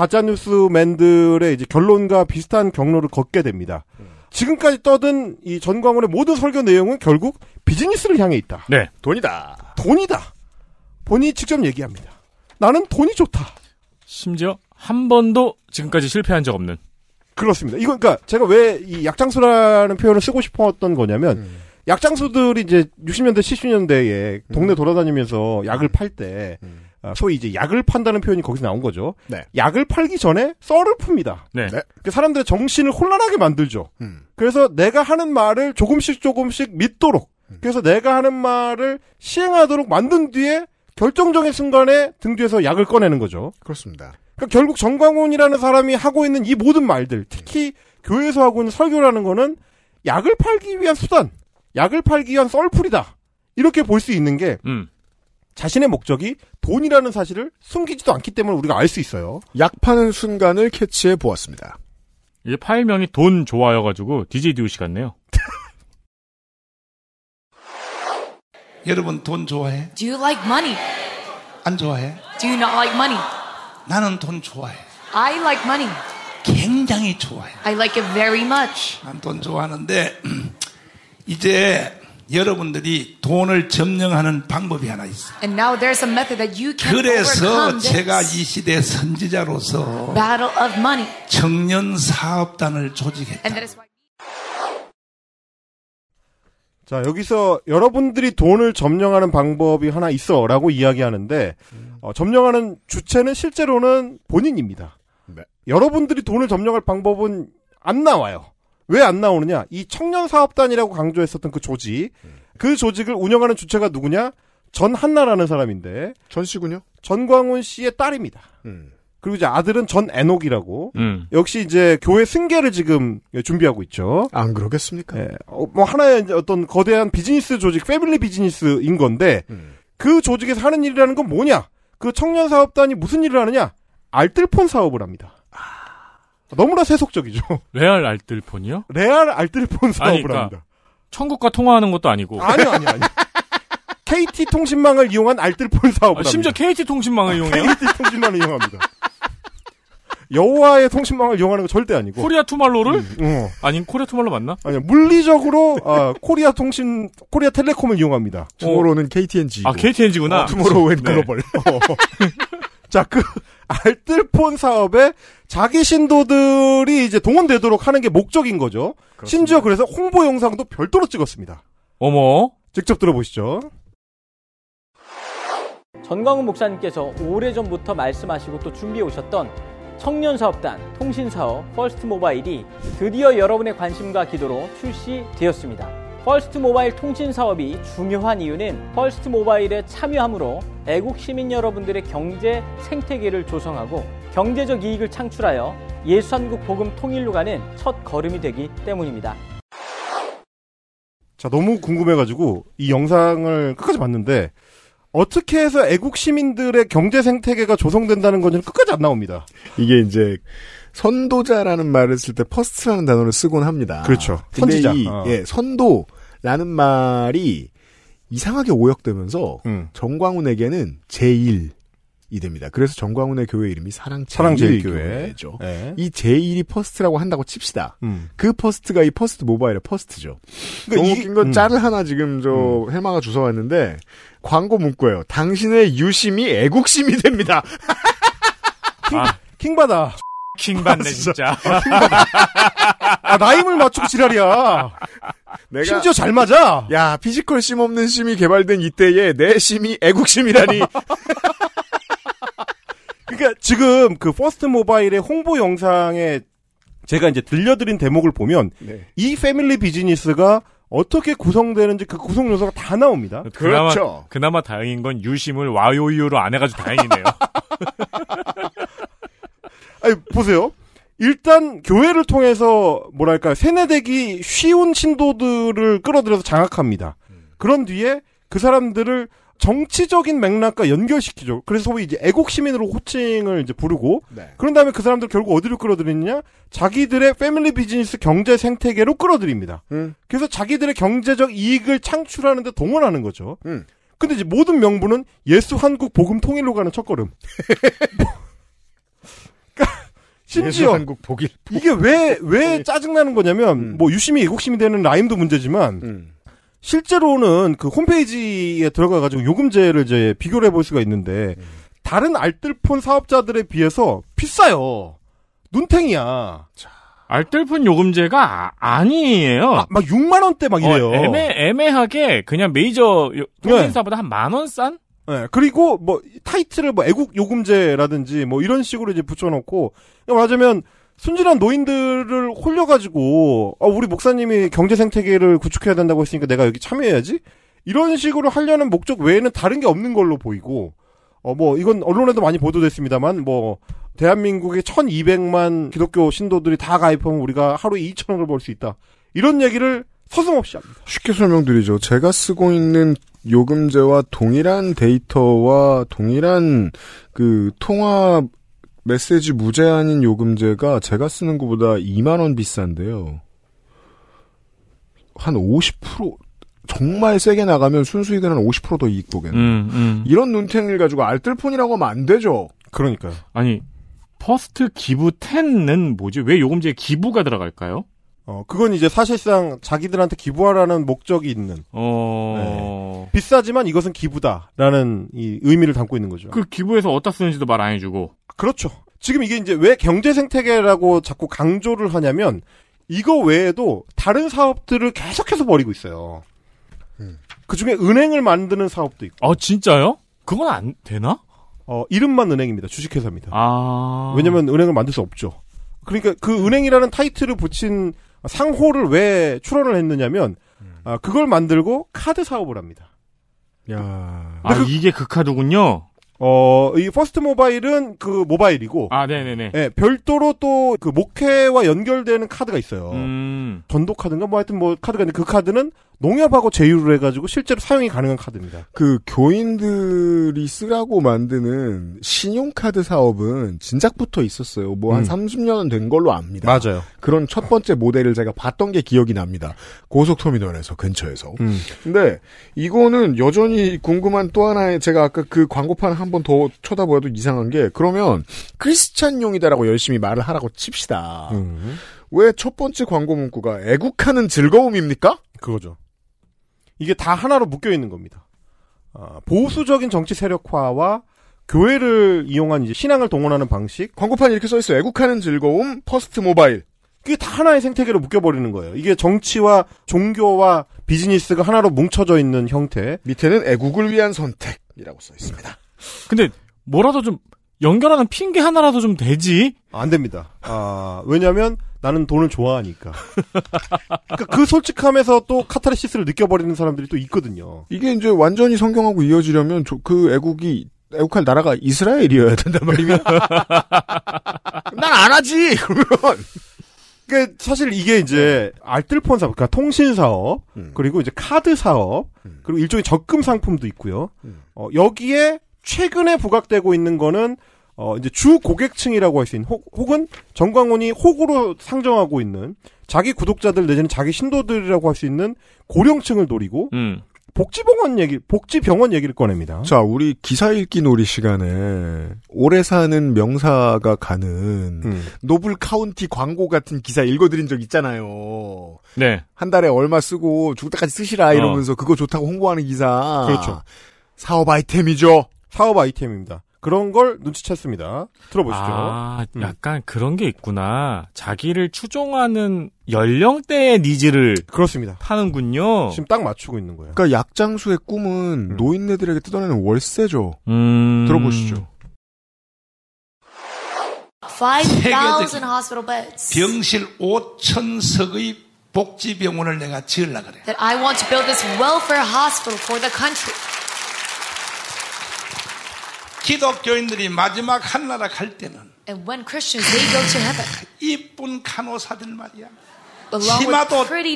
H: 가짜뉴스맨들의 이제 결론과 비슷한 경로를 걷게 됩니다. 지금까지 떠든 이 전광훈의 모든 설교 내용은 결국 비즈니스를 향해 있다.
I: 네.
C: 돈이다.
H: 돈이다. 본인이 직접 얘기합니다. 나는 돈이 좋다.
I: 심지어 한 번도 지금까지 실패한 적 없는.
H: 그렇습니다. 이거 그러니까 제가 왜 이 약장수라는 표현을 쓰고 싶었던 거냐면 약장수들이 이제 60년대 70년대에 동네 돌아다니면서 약을 팔 때 아, 소위 이제 약을 판다는 표현이 거기서 나온 거죠.
C: 네.
H: 약을 팔기 전에 썰을 풉니다.
I: 네.
H: 그 사람들의 정신을 혼란하게 만들죠. 그래서 내가 하는 말을 조금씩 조금씩 믿도록 그래서 내가 하는 말을 시행하도록 만든 뒤에 결정적인 순간에 등 뒤에서 약을 꺼내는 거죠.
C: 그렇습니다.
H: 그러니까 결국 정광훈이라는 사람이 하고 있는 이 모든 말들, 특히 교회에서 하고 있는 설교라는 거는 약을 팔기 위한 수단, 약을 팔기 위한 썰풀이다. 이렇게 볼 수 있는 게
I: 음.
H: 자신의 목적이 돈이라는 사실을 숨기지도 않기 때문에 우리가 알 수 있어요.
C: 약 파는 순간을 캐치해 보았습니다.
I: 이게 파일명이 돈 좋아여가지고 DJ 디우씨 같네요.
J: 여러분 돈 좋아해?
K: Do you like money?
J: 안 좋아해?
K: Do you not like money?
J: 나는 돈 좋아해.
K: I like money.
J: 굉장히 좋아해.
K: I like it very much.
J: 난 돈 좋아하는데 이제 여러분들이 돈을 점령하는 방법이 하나 있어.
K: And now there's a method that you can
J: 그래서
K: overcome
J: 제가
K: this
J: 이 시대 선지자로서
K: battle of money.
J: 청년 사업단을 조직했다.
K: And that is why
H: 자, 여기서 여러분들이 돈을 점령하는 방법이 하나 있어 라고 이야기하는데, 어, 점령하는 주체는 실제로는 본인입니다. 여러분들이 돈을 점령할 방법은 안 나와요. 왜 안 나오느냐? 이 청년 사업단이라고 강조했었던 그 조직, 그 조직을 운영하는 주체가 누구냐? 전 한나라는 사람인데.
C: 전 씨군요? 음.
H: 전광훈 씨의 딸입니다. 그리고 이제 아들은 전 애녹이라고.
I: 음.
H: 역시 이제 교회 승계를 지금 준비하고 있죠.
C: 안 그러겠습니까?
H: 뭐 하나의 이제 어떤 거대한 비즈니스 조직, 패밀리 비즈니스인 건데 그 조직에서 하는 일이라는 건 뭐냐? 그 청년 사업단이 무슨 일을 하느냐? 알뜰폰 사업을 합니다. 너무나 세속적이죠.
I: 레알 알뜰폰이요?
H: 레알 알뜰폰 사업을
I: 아니, 그러니까
H: 합니다.
I: 천국과 통화하는 것도 아니고.
H: 아니요, 아니요, 아니요. KT 통신망을 이용한 알뜰폰 사업을
I: 아, 심지어 KT 통신망을 이용해요?
H: KT 통신망을 이용합니다. 여호와의 통신망을 이용하는 거 절대 아니고.
I: 코리아 투말로를?
H: 어.
I: 아닌 코리아 투말로 맞나?
H: 아니 물리적으로 아, 코리아 통신 코리아 텔레콤을 이용합니다.
C: 투모로우는 KTNG.
I: 아, KTNG구나.
C: 어, 투모로우 앤
H: 네.
C: 글로벌.
H: 자, 그 알뜰폰 사업에 자기 신도들이 이제 동원되도록 하는 게 목적인 거죠. 심지어 그래서 홍보 영상도 별도로 찍었습니다.
I: 어머.
H: 직접 들어보시죠.
L: 전광훈 목사님께서 오래전부터 말씀하시고 또 준비해 오셨던 청년 사업단 통신 사업 퍼스트 모바일이 드디어 여러분의 관심과 기도로 출시되었습니다. 퍼스트 모바일 통신 사업이 중요한 이유는 퍼스트 모바일에 참여함으로 애국 시민 여러분들의 경제 생태계를 조성하고 경제적 이익을 창출하여 예수한국 복음 통일로 가는 첫 걸음이 되기 때문입니다.
H: 자, 너무 궁금해가지고 이 영상을 끝까지 봤는데 어떻게 해서 애국 시민들의 경제 생태계가 조성된다는 건지는 끝까지 안 나옵니다.
C: 이게 이제 선도자라는 말을 쓸 때 퍼스트라는 단어를 쓰곤 합니다.
H: 그렇죠.
C: 근데
H: 선지자.
C: 이
H: 어.
C: 예, 선도라는 말이 이상하게 오역되면서
H: 음.
C: 정광훈에게는 제1이 됩니다. 그래서 정광훈의 교회 이름이 사랑
H: 사랑 제일 교회.
C: 제일교회죠.
H: 예.
C: 이 제1이 퍼스트라고 한다고 칩시다.
H: 음.
C: 그 퍼스트가 이 퍼스트 모바일의 퍼스트죠.
H: 그러니까
C: 너무
H: 이-
C: 웃긴 건
H: 음.
C: 짤을 하나 지금 저 헬마가 주워왔는데 광고 문구예요. 당신의 유심이 애국심이 됩니다.
H: 킹받아.
I: 킹받네 진짜.
H: 아, 나임을 맞추고 지랄이야.
C: 내가-
H: 심지어 잘 맞아.
C: 야 피지컬 심 없는 심이 개발된 이때에 내 심이 애국심이라니.
H: 그러니까 지금 그 퍼스트 모바일의 홍보 영상에 제가 이제 들려드린 대목을 보면 이 패밀리 비즈니스가 어떻게 구성되는지 그 구성 요소가 다 나옵니다.
I: 그나마,
C: 그렇죠.
I: 그나마 다행인 건 유심을 와요이요로 안 해가지고 다행이네요.
H: 아니, 보세요. 일단 교회를 통해서 뭐랄까 세뇌되기 쉬운 신도들을 끌어들여서 장악합니다. 그런 뒤에 그 사람들을 정치적인 맥락과 연결시키죠. 그래서 소위 이제 애국 시민으로 호칭을 이제 부르고 그런 다음에 그 사람들 결국 어디로 끌어들이느냐? 자기들의 패밀리 비즈니스 경제 생태계로 끌어들입니다. 그래서 자기들의 경제적 이익을 창출하는 데 동원하는 거죠. 근데 이제 모든 명분은 예수 한국 복음 통일로 가는 첫걸음. 그러니까 심지어
C: 한국 복일
H: 이게 왜,
I: 네.
H: 왜 짜증나는 거냐면,
I: 음.
H: 뭐, 유심히 애국심이 되는 라임도 문제지만,
C: 음.
H: 실제로는 그 홈페이지에 들어가가지고 요금제를 이제 비교를 해볼 수가 있는데,
I: 음.
H: 다른 알뜰폰 사업자들에 비해서 비싸요. 눈탱이야.
I: 알뜰폰 요금제가 아- 아니에요.
H: 막 6만원대 막 이래요.
I: 어, 애매, 애매하게 그냥 메이저 요- 통신사보다 한 만 원 싼?
H: 예, 그리고 뭐 타이틀을 뭐 애국 요금제라든지 뭐 이런 식으로 이제 붙여놓고 그러니까 말하자면 순진한 노인들을 홀려가지고 아, 우리 목사님이 경제 생태계를 구축해야 된다고 했으니까 내가 여기 참여해야지 이런 식으로 하려는 목적 외에는 다른 게 없는 걸로 보이고 어 뭐 이건 언론에도 많이 보도됐습니다만 뭐 대한민국의 1,200만 기독교 신도들이 다 가입하면 우리가 하루에 2천 원을 벌 수 있다 이런 얘기를 서슴없이 합니다.
C: 쉽게 설명드리죠. 제가 쓰고 있는 요금제와 동일한 데이터와 동일한 그 통화 메시지 무제한인 요금제가 제가 쓰는 것보다 2만 원 비싼데요. 한 50% 정말 세게 나가면 순수익은 한 50%더 이익 보겠네.
I: 음, 음.
C: 이런 눈탱이를 가지고 알뜰폰이라고 하면 안 되죠.
H: 그러니까요.
I: 아니, 퍼스트 기부 10는 뭐지? 왜 요금제에 기부가 들어갈까요?
H: 어, 그건 이제 사실상 자기들한테 기부하라는 목적이 있는.
I: 어.
H: 네. 비싸지만 이것은 기부다라는 이 의미를 담고 있는 거죠.
I: 그 기부에서 어디다 쓰는지도 말 안 해주고.
H: 그렇죠. 지금 이게 이제 왜 경제 생태계라고 자꾸 강조를 하냐면 이거 외에도 다른 사업들을 계속해서 벌이고 있어요. 그 중에 은행을 만드는 사업도 있고.
I: 아, 진짜요? 그건 안 되나?
H: 어, 이름만 은행입니다. 주식회사입니다.
I: 아.
H: 왜냐면 은행을 만들 수 없죠. 그러니까 그 은행이라는 타이틀을 붙인 상호를 왜 출원을 했느냐면 아, 그걸 만들고 카드 사업을 합니다.
C: 야.
I: 아, 이게 그 카드군요?
H: 어, 이 퍼스트 모바일은 그 모바일이고.
I: 아, 네네네.
H: 예, 별도로 또 그 목회와 연결되는 카드가 있어요.
C: 음.
I: 음.
H: 전도 카드인가 뭐 하여튼 뭐 카드가 있는데 그 카드는 농협하고 제휴를 해가지고 실제로 사용이 가능한 카드입니다.
C: 그 교인들이 쓰라고 만드는 신용카드 사업은 진작부터 있었어요. 뭐 한
H: 음.
C: 30년 된 걸로 압니다.
H: 맞아요.
C: 그런 첫 번째 모델을 제가 봤던 게 기억이 납니다. 고속터미널에서 근처에서.
H: 음.
C: 근데 이거는 여전히 궁금한 또 하나의 제가 아까 그 광고판 한 번 더 쳐다보아도 이상한 게 그러면 크리스찬용이다라고 열심히 말을 하라고 칩시다.
H: 음.
C: 왜 첫 번째 광고 문구가 애국하는 즐거움입니까?
H: 그거죠. 이게 다 하나로 묶여 있는 겁니다. 아, 보수적인 정치 세력화와 교회를 이용한 이제 신앙을 동원하는 방식.
C: 광고판 이렇게 써 있어요. 애국하는 즐거움, 퍼스트 모바일.
H: 그게 다 하나의 생태계로 묶여버리는 거예요. 이게 정치와 종교와 비즈니스가 하나로 뭉쳐져 있는 형태.
C: 밑에는 애국을 위한 선택이라고 써 있습니다.
I: 근데 뭐라도 좀 연결하는 핑계 하나라도 좀 되지?
H: 안 됩니다. 아, 왜냐면 하 나는 돈을 좋아하니까. 그러니까 그 솔직함에서 또 카타르시스를 느껴버리는 사람들이 또 있거든요.
C: 이게 이제 완전히 성경하고 이어지려면 저- 그 애국이 애국할 나라가 이스라엘이어야 된단 말이면 난 안 하지 그러면
H: 그러니까 사실 이게 이제 알뜰폰 사업, 그러니까 통신 사업, 그리고 이제 카드 사업, 그리고 일종의 적금 상품도 있고요. 어, 여기에 최근에 부각되고 있는 거는 어, 이제 주 고객층이라고 할 수 있는 혹, 혹은 정광훈이 혹으로 상정하고 있는 자기 구독자들 내지는 자기 신도들이라고 할 수 있는 고령층을 노리고 복지병원 얘기, 복지병원 얘기를 꺼냅니다.
C: 자, 우리 기사 읽기 놀이 시간에 오래 사는 명사가 가는
H: 음.
C: 노블 카운티 광고 같은 기사 읽어드린 적 있잖아요.
I: 네.
C: 한 달에 얼마 쓰고 죽을 때까지 쓰시라 이러면서 그거 좋다고 홍보하는 기사.
H: 어. 그렇죠.
C: 사업 아이템이죠.
H: 사업 아이템입니다. 그런 걸 눈치챘습니다. 들어보시죠. 음.
I: 아, 약간 그런 게 있구나. 자기를 추종하는 연령대의 니즈를
H: 그렇습니다.
D: 어.
I: 파는군요.
H: 지금 딱 맞추고 있는 거예요.
C: 그러니까 약장수의 꿈은
H: 음.
C: 노인네들에게 뜯어내는 월세죠.
I: 음.
C: 들어보시죠.
J: 세계적인
K: 5,000 hospital beds
J: 병실 5천석의 복지병원을 내가 지으려 그래.
K: that I want to build this welfare hospital for the country.
J: 기독교인들이 마지막 한나라 갈 때는
K: And when Christians they go to heaven
J: 이쁜 간호사들 말이야.
K: along
J: 치마도
K: with pretty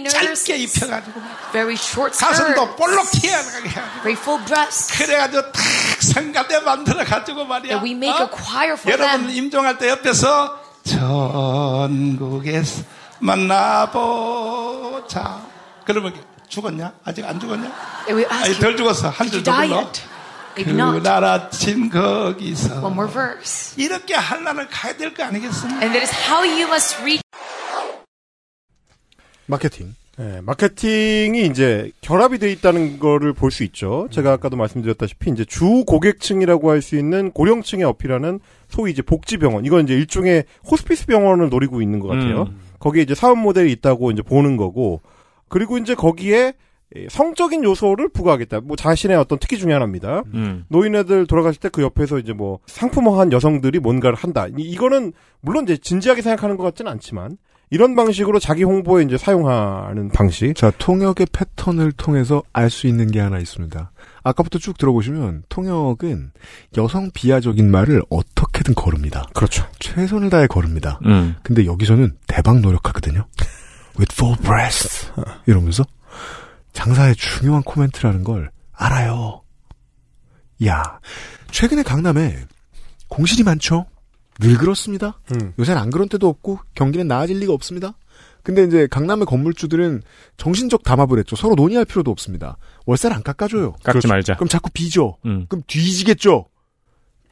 K: nurses,
J: 짧게 입혀가지고
K: very short
J: 가슴도
K: skirts,
J: 볼록 튀어나가게 해가지고
K: very full dress.
J: 그래가지고 탁 성가대 만들어 가지고 말이야. 어?
K: That we make a choir for
J: 여러분
K: them.
J: 임종할 때 옆에서 전국에서 만나보자. 그러면 죽었냐? 아직 안 죽었냐?
K: That we
J: 아니
K: ask you
J: 덜 죽었어. 한 줄
K: you
J: 더
K: die
J: 불러.
K: yet?
J: 그
K: Maybe not.
J: 나라 친 거기서
K: One more verse.
J: 이렇게 한나를 가야 될 거 아니겠습니까?
K: And that is how you must reach.
C: 마케팅.
H: 네, 마케팅이 이제 결합이 돼 있다는 거를 볼 수 있죠.
C: 음.
H: 제가 아까도 말씀드렸다시피 이제 주 고객층이라고 할 수 있는 고령층의 어필하는 소위 이제 복지병원. 이건 이제 일종의 호스피스 병원을 노리고 있는 그 것 같아요.
I: 음.
H: 거기에 이제 사업 모델이 있다고 이제 보는 거고. 그리고 이제 거기에 예, 성적인 요소를 부과하겠다. 뭐 자신의 어떤 특기 중에 하나입니다.
I: 음.
H: 노인애들 돌아가실 때 그 옆에서 이제 뭐 상품화한 여성들이 뭔가를 한다. 이- 이거는 물론 이제 진지하게 생각하는 것 같지는 않지만 이런 방식으로 자기 홍보에 이제 사용하는 방식.
C: 자, 통역의 패턴을 통해서 알 수 있는 게 하나 있습니다. 아까부터 쭉 들어보시면 통역은 여성 비하적인 말을 어떻게든 거릅니다.
H: 그렇죠.
C: 최선을 다해
I: 음.
C: 거릅니다.
H: 음.
C: 근데 여기서는 대박 노력하거든요. With full breast 이러면서 장사의 중요한 코멘트라는 걸 알아요. 야, 최근에 강남에 공실이 많죠. 늘 그렇습니다.
H: 음.
C: 요새는 안 그런 때도 없고 경기는 나아질 리가 없습니다. 근데 이제 강남의 건물주들은 정신적 담합을 했죠. 서로 논의할 필요도 없습니다. 월세를 안 깎아줘요. 그렇죠.
I: 깎지 말자.
C: 그럼 자꾸 비죠.
I: 음.
C: 그럼 뒤지겠죠.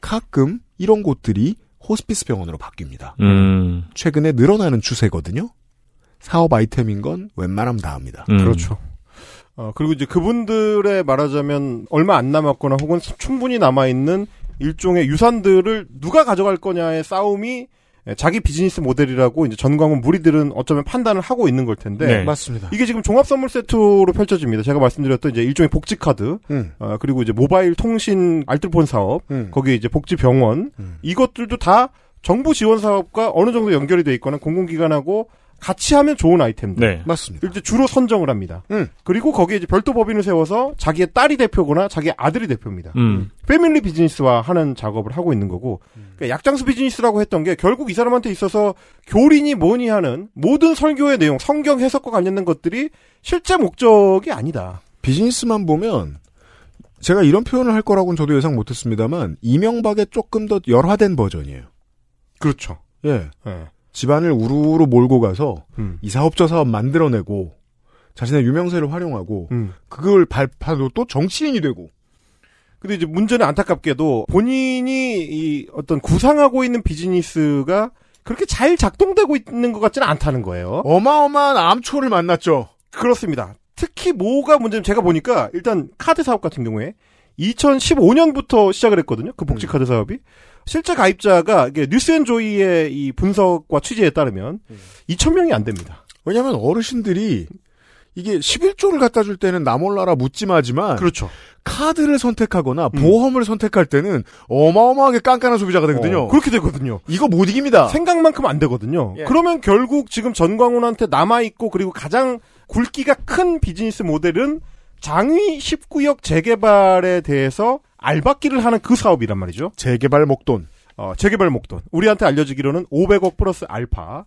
C: 가끔 이런 곳들이 호스피스 병원으로 바뀝니다.
I: 음.
C: 최근에 늘어나는 추세거든요. 사업 아이템인 건 웬만하면 다 합니다.
I: 음.
H: 그렇죠. 어, 그리고 이제 그분들의 말하자면 얼마 안 남았거나 혹은 충분히 남아있는 일종의 유산들을 누가 가져갈 거냐의 싸움이 자기 비즈니스 모델이라고 이제 전광훈 무리들은 어쩌면 판단을 하고 있는 걸 텐데
C: 네. 맞습니다.
H: 이게 지금 종합 선물 세트로 펼쳐집니다. 제가 말씀드렸던 이제 일종의 복지 카드,
C: 음.
H: 어, 그리고 이제 모바일 통신 알뜰폰 사업,
I: 음.
H: 거기에 이제 복지 병원 이것들도 다 정부 지원 사업과 어느 정도 연결이 돼 있거나 공공기관하고 같이 하면 좋은 아이템들.
I: 네. 음.
C: 맞습니다.
H: 이제 주로 선정을 합니다. 그리고 거기에 이제 별도 법인을 세워서 자기의 딸이 대표거나 자기의 아들이 대표입니다.
I: 음.
H: 패밀리 비즈니스화 하는 작업을 하고 있는 거고 그러니까 약장수 비즈니스라고 했던 게 결국 이 사람한테 있어서 교린이 뭐니 하는 모든 설교의 내용 성경 해석과 관련된 것들이 실제 목적이 아니다
C: 비즈니스만 보면 제가 이런 표현을 할 거라고는 저도 예상 못했습니다만 이명박의 조금 더 열화된 버전이에요.
H: 그렇죠.
C: 예.
I: 네.
H: 예.
C: 집안을 우르르 몰고 가서
H: 음.
C: 이 사업 저 사업 만들어내고 자신의 유명세를
H: 음.
C: 활용하고 그걸 발판으로 또 정치인이 되고
H: 근데 이제 문제는 안타깝게도 본인이 이 어떤 구상하고 있는 비즈니스가 그렇게 잘 작동되고 있는 것 같지는 않다는 거예요.
C: 어마어마한 암초를 만났죠.
H: 그렇습니다. 특히 뭐가 문제냐면 제가 보니까 일단 카드 사업 같은 경우에 2015년부터 시작을 했거든요. 그 복지 카드 사업이 실제 가입자가 이게 뉴스앤조이의 이 분석과 취재에 따르면 2,000명이 안 됩니다.
C: 왜냐하면 어르신들이 이게 11조를 갖다 줄 때는 나 몰라라 묻지마지만
H: 그렇죠. 음.
C: 카드를 선택하거나 보험을 선택할 때는 어마어마하게 깐깐한 소비자가 되거든요.
H: 어, 그렇게 되거든요.
C: 이거 못 이깁니다.
H: 생각만큼 안 되거든요. 그러면 결국 지금 전광훈한테 남아있고 그리고 가장 굵기가 큰 비즈니스 모델은 장위 19역 재개발에 대해서 알박기를 하는 그 사업이란 말이죠. 어,
C: 재개발 목돈.
H: 재개발 목돈. 우리한테 알려지기로는 500억 플러스 알파.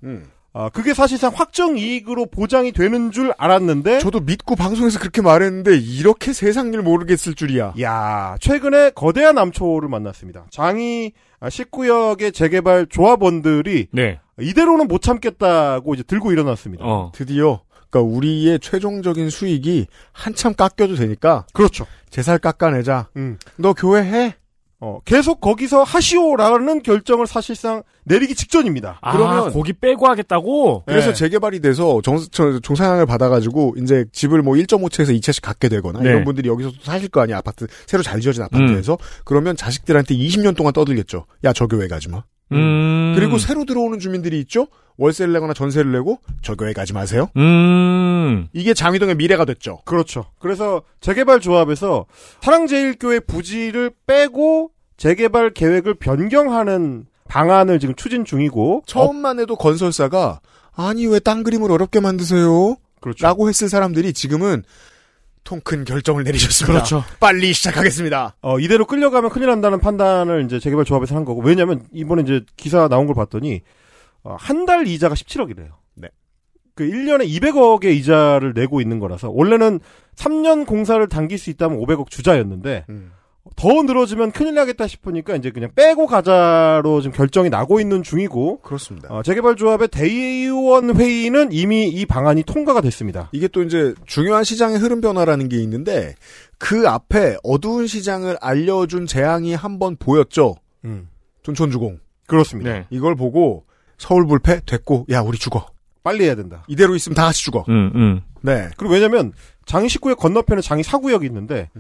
H: 아, 그게 사실상 확정 이익으로 보장이 되는 줄 알았는데
C: 저도 믿고 방송에서 그렇게 말했는데 이렇게 세상 일 모르겠을 줄이야.
H: 야, 최근에 거대한 암초를 만났습니다. 장이 19역의 재개발 조합원들이
I: 네.
H: 이대로는 못 참겠다고 이제 들고 일어났습니다.
C: 드디어 그러니까 우리의 최종적인 수익이 한참 깎여도 되니까
H: 그렇죠.
C: 제살 깎아내자. 너 교회해.
H: 음. 어, 계속 거기서 하시오라는 결정을 사실상 내리기 직전입니다.
D: 아,
C: 그러면
I: 아, 고기 빼고 하겠다고.
C: 그래서
H: 네.
C: 재개발이 돼서 정, 저- 종상향을 받아가지고 이제 집을 뭐 1.5채에서 2채씩 갖게 되거나
H: 네.
C: 이런 분들이 여기서 또 사실 거 아니야 아파트 새로 잘 지어진 아파트에서
H: 음.
C: 그러면 자식들한테 20년 동안 떠들겠죠. 야 저 교회 가지 마.
I: 음.
C: 그리고 새로 들어오는 주민들이 있죠. 월세를 내거나 전세를 내고 저 교회 가지 마세요.
I: 음.
C: 이게 장위동의 미래가 됐죠.
H: 그렇죠. 그래서 재개발 조합에서 사랑제일교회 부지를 빼고 재개발 계획을 변경하는 방안을 지금 추진 중이고
C: 처음만 해도 건설사가 아니 왜 땅 그림을 어렵게 만드세요? 라고 했을 사람들이 지금은 통 큰 결정을 내리셨습니다.
H: 그렇죠.
C: 빨리 시작하겠습니다.
H: 어, 이대로 끌려가면 큰일 난다는 판단을 이제 재개발 조합에서 한 거고 왜냐하면 이번에 이제 기사 나온 걸 봤더니 어, 한 달 이자가 17억이래요.
C: 네.
H: 그 1년에 200억의 이자를 내고 있는 거라서 원래는 3년 공사를 당길 수 있다면 500억 주자였는데
C: 음,
H: 더 늘어지면 큰일 나겠다 싶으니까 이제 그냥 빼고 가자로 지금 결정이 나고 있는 중이고
C: 그렇습니다.
H: 어, 재개발 조합의 대의원 회의는 이미 이 방안이 통과가 됐습니다.
C: 이게 또 이제 중요한 시장의 흐름 변화라는 게 있는데 그 앞에 어두운 시장을 알려준 재앙이 한 번 보였죠.
H: 음.
C: 둔촌주공.
H: 그렇습니다.
C: 이걸 보고 서울 불패 됐고 야 우리 죽어.
H: 빨리 해야 된다.
C: 이대로 있으면 다 같이 죽어.
I: 음, 음.
C: 네.
H: 그리고 왜냐면 장이 19역 건너편에 장이 4구역이 있는데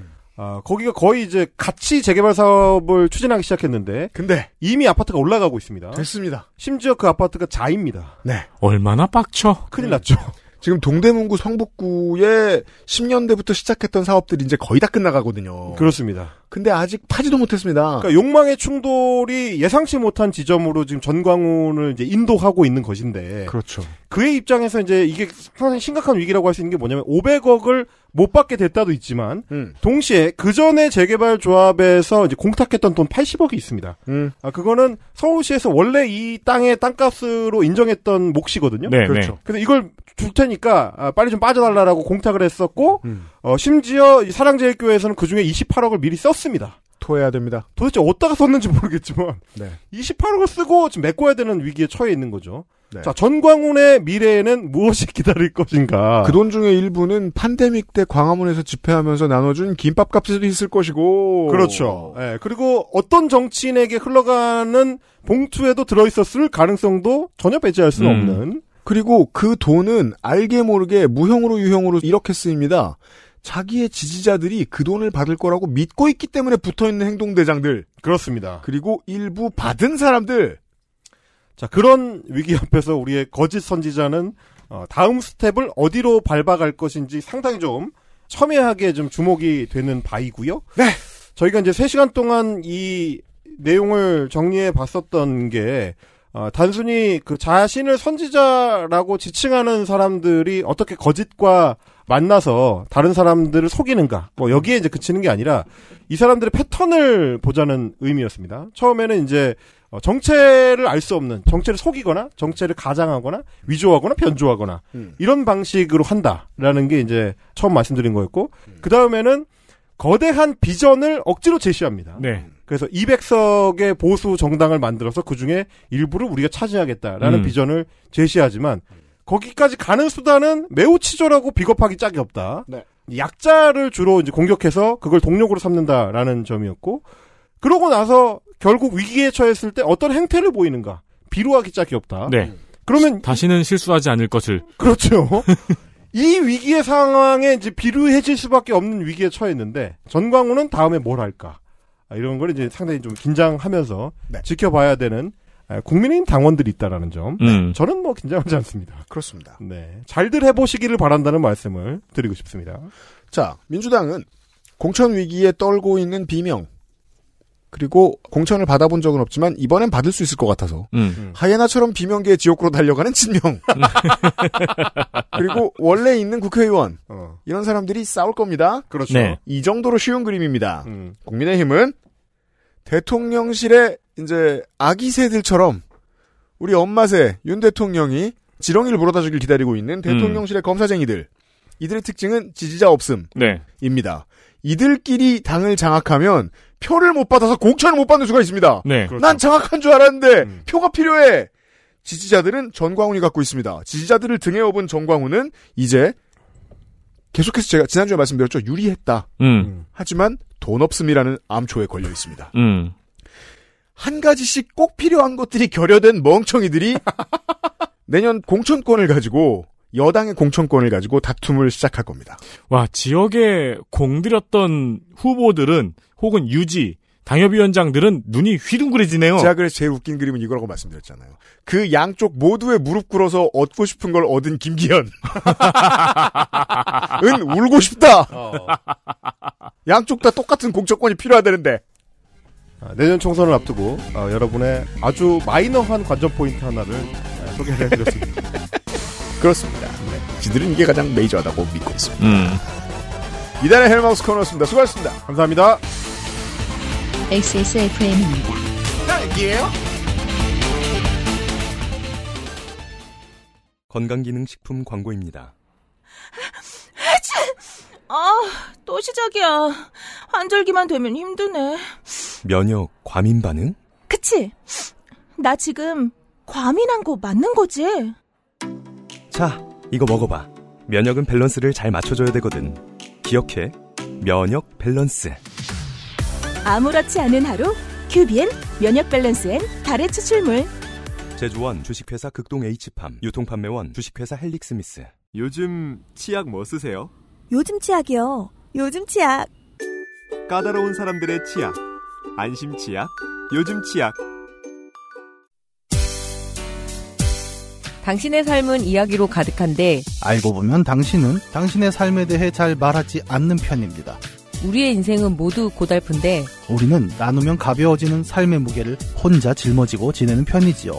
H: 아, 거기가 거의 이제 같이 재개발 사업을 추진하기 시작했는데
C: 근데
H: 이미 아파트가 올라가고 있습니다.
C: 네. 됐습니다.
H: 심지어 그 아파트가 자입니다.
C: 네.
I: 얼마나 빡쳐.
H: 큰일 났죠.
C: 지금 동대문구 성북구에 10년대부터 시작했던 사업들이 이제 거의 다 끝나가거든요.
H: 그렇습니다.
C: 근데 어. 아직 파지도 못했습니다.
H: 그러니까 욕망의 충돌이 예상치 못한 지점으로 지금 전광훈을 이제 인도하고 있는 것인데
C: 그렇죠.
H: 그의 입장에서 이제 이게 상당히 심각한 위기라고 할 수 있는 게 뭐냐면 500억을 못 받게 됐다도 있지만 동시에 그 전에 재개발 조합에서 이제 공탁했던 돈 80억이 있습니다. 아 그거는 서울시에서 원래 이 땅의 땅값으로 인정했던 몫이거든요.
I: 네,
H: 그렇죠.
I: 네.
H: 근데 이걸 줄 테니까 아, 빨리 좀 빠져달라라고 공탁을 했었고 어, 심지어 이 사랑제일교회에서는 그 중에 28억을 미리 썼습니다.
C: 토해야 됩니다.
H: 도대체 어디다가 썼는지 모르겠지만
C: 네.
H: 28억을 쓰고 지금 메꿔야 되는 위기에 처해 있는 거죠.
C: 네.
H: 자, 전광훈의 미래에는 무엇이 기다릴 것인가?
C: 그 돈 중에 일부는 판데믹 때 광화문에서 집회하면서 나눠준 김밥값에도 있을 것이고.
H: 그렇죠. 예, 그리고 어떤 정치인에게 흘러가는 봉투에도 들어있었을 가능성도 전혀 배제할 수는
C: 음.
H: 없는.
C: 그리고 그 돈은 알게 모르게 무형으로 유형으로 이렇게 쓰입니다. 자기의 지지자들이 그 돈을 받을 거라고 믿고 있기 때문에 붙어있는 행동대장들.
H: 그렇습니다.
C: 그리고 일부 받은 사람들.
H: 자, 그런 위기 앞에서 우리의 거짓 선지자는 어, 다음 스텝을 어디로 밟아갈 것인지 상당히 좀 첨예하게 좀 주목이 되는 바이고요.
C: 네.
H: 저희가 이제 3시간 동안 이 내용을 정리해 봤었던 게 어, 단순히 그 자신을 선지자라고 지칭하는 사람들이 어떻게 거짓과 만나서 다른 사람들을 속이는가 뭐 여기에 이제 그치는 게 아니라 이 사람들의 패턴을 보자는 의미였습니다. 처음에는 이제 어, 정체를 알 수 없는 정체를 속이거나 정체를 가장하거나 위조하거나 변조하거나 이런 방식으로 한다라는 게 이제 처음 말씀드린 거였고 그 다음에는 거대한 비전을 억지로 제시합니다.
I: 네.
H: 그래서 200석의 보수 정당을 만들어서 그 중에 일부를 우리가 차지하겠다라는
I: 음.
H: 비전을 제시하지만 거기까지 가는 수단은 매우 치졸하고 비겁하기 짝이 없다. 약자를 주로 이제 공격해서 그걸 동력으로 삼는다라는 점이었고 그러고 나서 결국 위기에 처했을 때 어떤 행태를 보이는가 비루하기 짝이 없다.
I: 네.
H: 그러면
I: 다시는 실수하지 않을 것을.
H: 그렇죠. 이 위기의 상황에 이제 비루해질 수밖에 없는 위기에 처했는데 전광훈은 다음에 뭘 할까 아, 이런 걸 이제 상당히 좀 긴장하면서 지켜봐야 되는 아, 국민의힘 당원들이 있다라는 점.
I: 음.
H: 저는 뭐 긴장하지 않습니다.
C: 그렇습니다.
H: 네, 잘들 해보시기를 바란다는 말씀을 드리고 싶습니다.
C: 자, 민주당은 공천 위기에 떨고 있는 비명. 그리고 공천을 받아본 적은 없지만 이번엔 받을 수 있을 것 같아서
I: 네.
H: 음.
I: 음.
C: 하예나처럼 비명계의 지옥으로 달려가는 진명. 그리고 원래 있는 국회의원
H: 어.
C: 이런 사람들이 싸울 겁니다.
H: 그렇죠. 음.
I: 네.
C: 이 정도로 쉬운 그림입니다. 국민의힘은 대통령실에 이제 아기 새들처럼 우리 엄마새 윤 대통령이 지렁이를 물어다 주길 기다리고 있는 대통령실의 검사쟁이들. 이들의 특징은 지지자 없음.
I: 네.
C: 입니다. 이들끼리 당을 장악하면 표를 못 받아서 공천을 못 받는 수가 있습니다.
D: 음,
I: 네.
C: 난 장악한 줄 알았는데 표가 필요해. 지지자들은 전광훈이 갖고 있습니다. 지지자들을 등에 업은 전광훈은 이제 계속해서 제가 지난주에 말씀드렸죠. 유리했다.
I: 음.
C: 하지만 돈 없음이라는 암초에 걸려 있습니다.
I: 음.
C: 한 가지씩 꼭 필요한 것들이 결여된 멍청이들이 내년 공천권을 가지고 여당의 공천권을 가지고 다툼을 시작할 겁니다.
I: 와, 지역에 공들였던 후보들은 혹은 유지, 당협위원장들은 눈이 휘둥그레지네요.
C: 제가 그래서 제일 웃긴 그림은 이거라고 말씀드렸잖아요. 그 양쪽 모두의 무릎 꿇어서 얻고 싶은 걸 얻은 김기현. 은 울고 싶다. 양쪽 다 똑같은 공천권이 필요하다는데.
H: 아, 내년 총선을 앞두고 아, 여러분의 아주 마이너한 관전 포인트 하나를 아, 소개해드렸습니다.
C: 그렇습니다. 네. 지들은 이게 가장 메이저하다고 믿고 있습니다.
I: 음.
C: 이달의 헬마우스 코너였습니다. 수고하셨습니다.
H: 감사합니다.
A: XSFM입니다.
B: 딸기예요?
M: 건강기능식품 광고입니다.
N: 아, 또 시작이야. 환절기만 되면 힘드네.
M: 면역 과민 반응?
N: 그치? 나 지금 과민한 거 맞는 거지?
M: 자, 이거 먹어봐. 면역은 밸런스를 잘 맞춰줘야 되거든. 기억해. 면역 밸런스.
E: 아무렇지 않은 하루 큐비엔 면역 밸런스엔 달의 추출물
M: 제조원 주식회사 극동 H팜 유통판매원 주식회사 헬릭스미스.
O: 요즘 치약 뭐 쓰세요?
G: 요즘 치약이요. 요즘 치약.
O: 까다로운 사람들의 치약. 안심 치약, 요즘 치약.
P: 당신의 삶은 이야기로 가득한데
Q: 알고 보면 당신은 당신의 삶에 대해 잘 말하지 않는 편입니다.
P: 우리의 인생은 모두 고달픈데
Q: 우리는 나누면 가벼워지는 삶의 무게를 혼자 짊어지고 지내는 편이지요.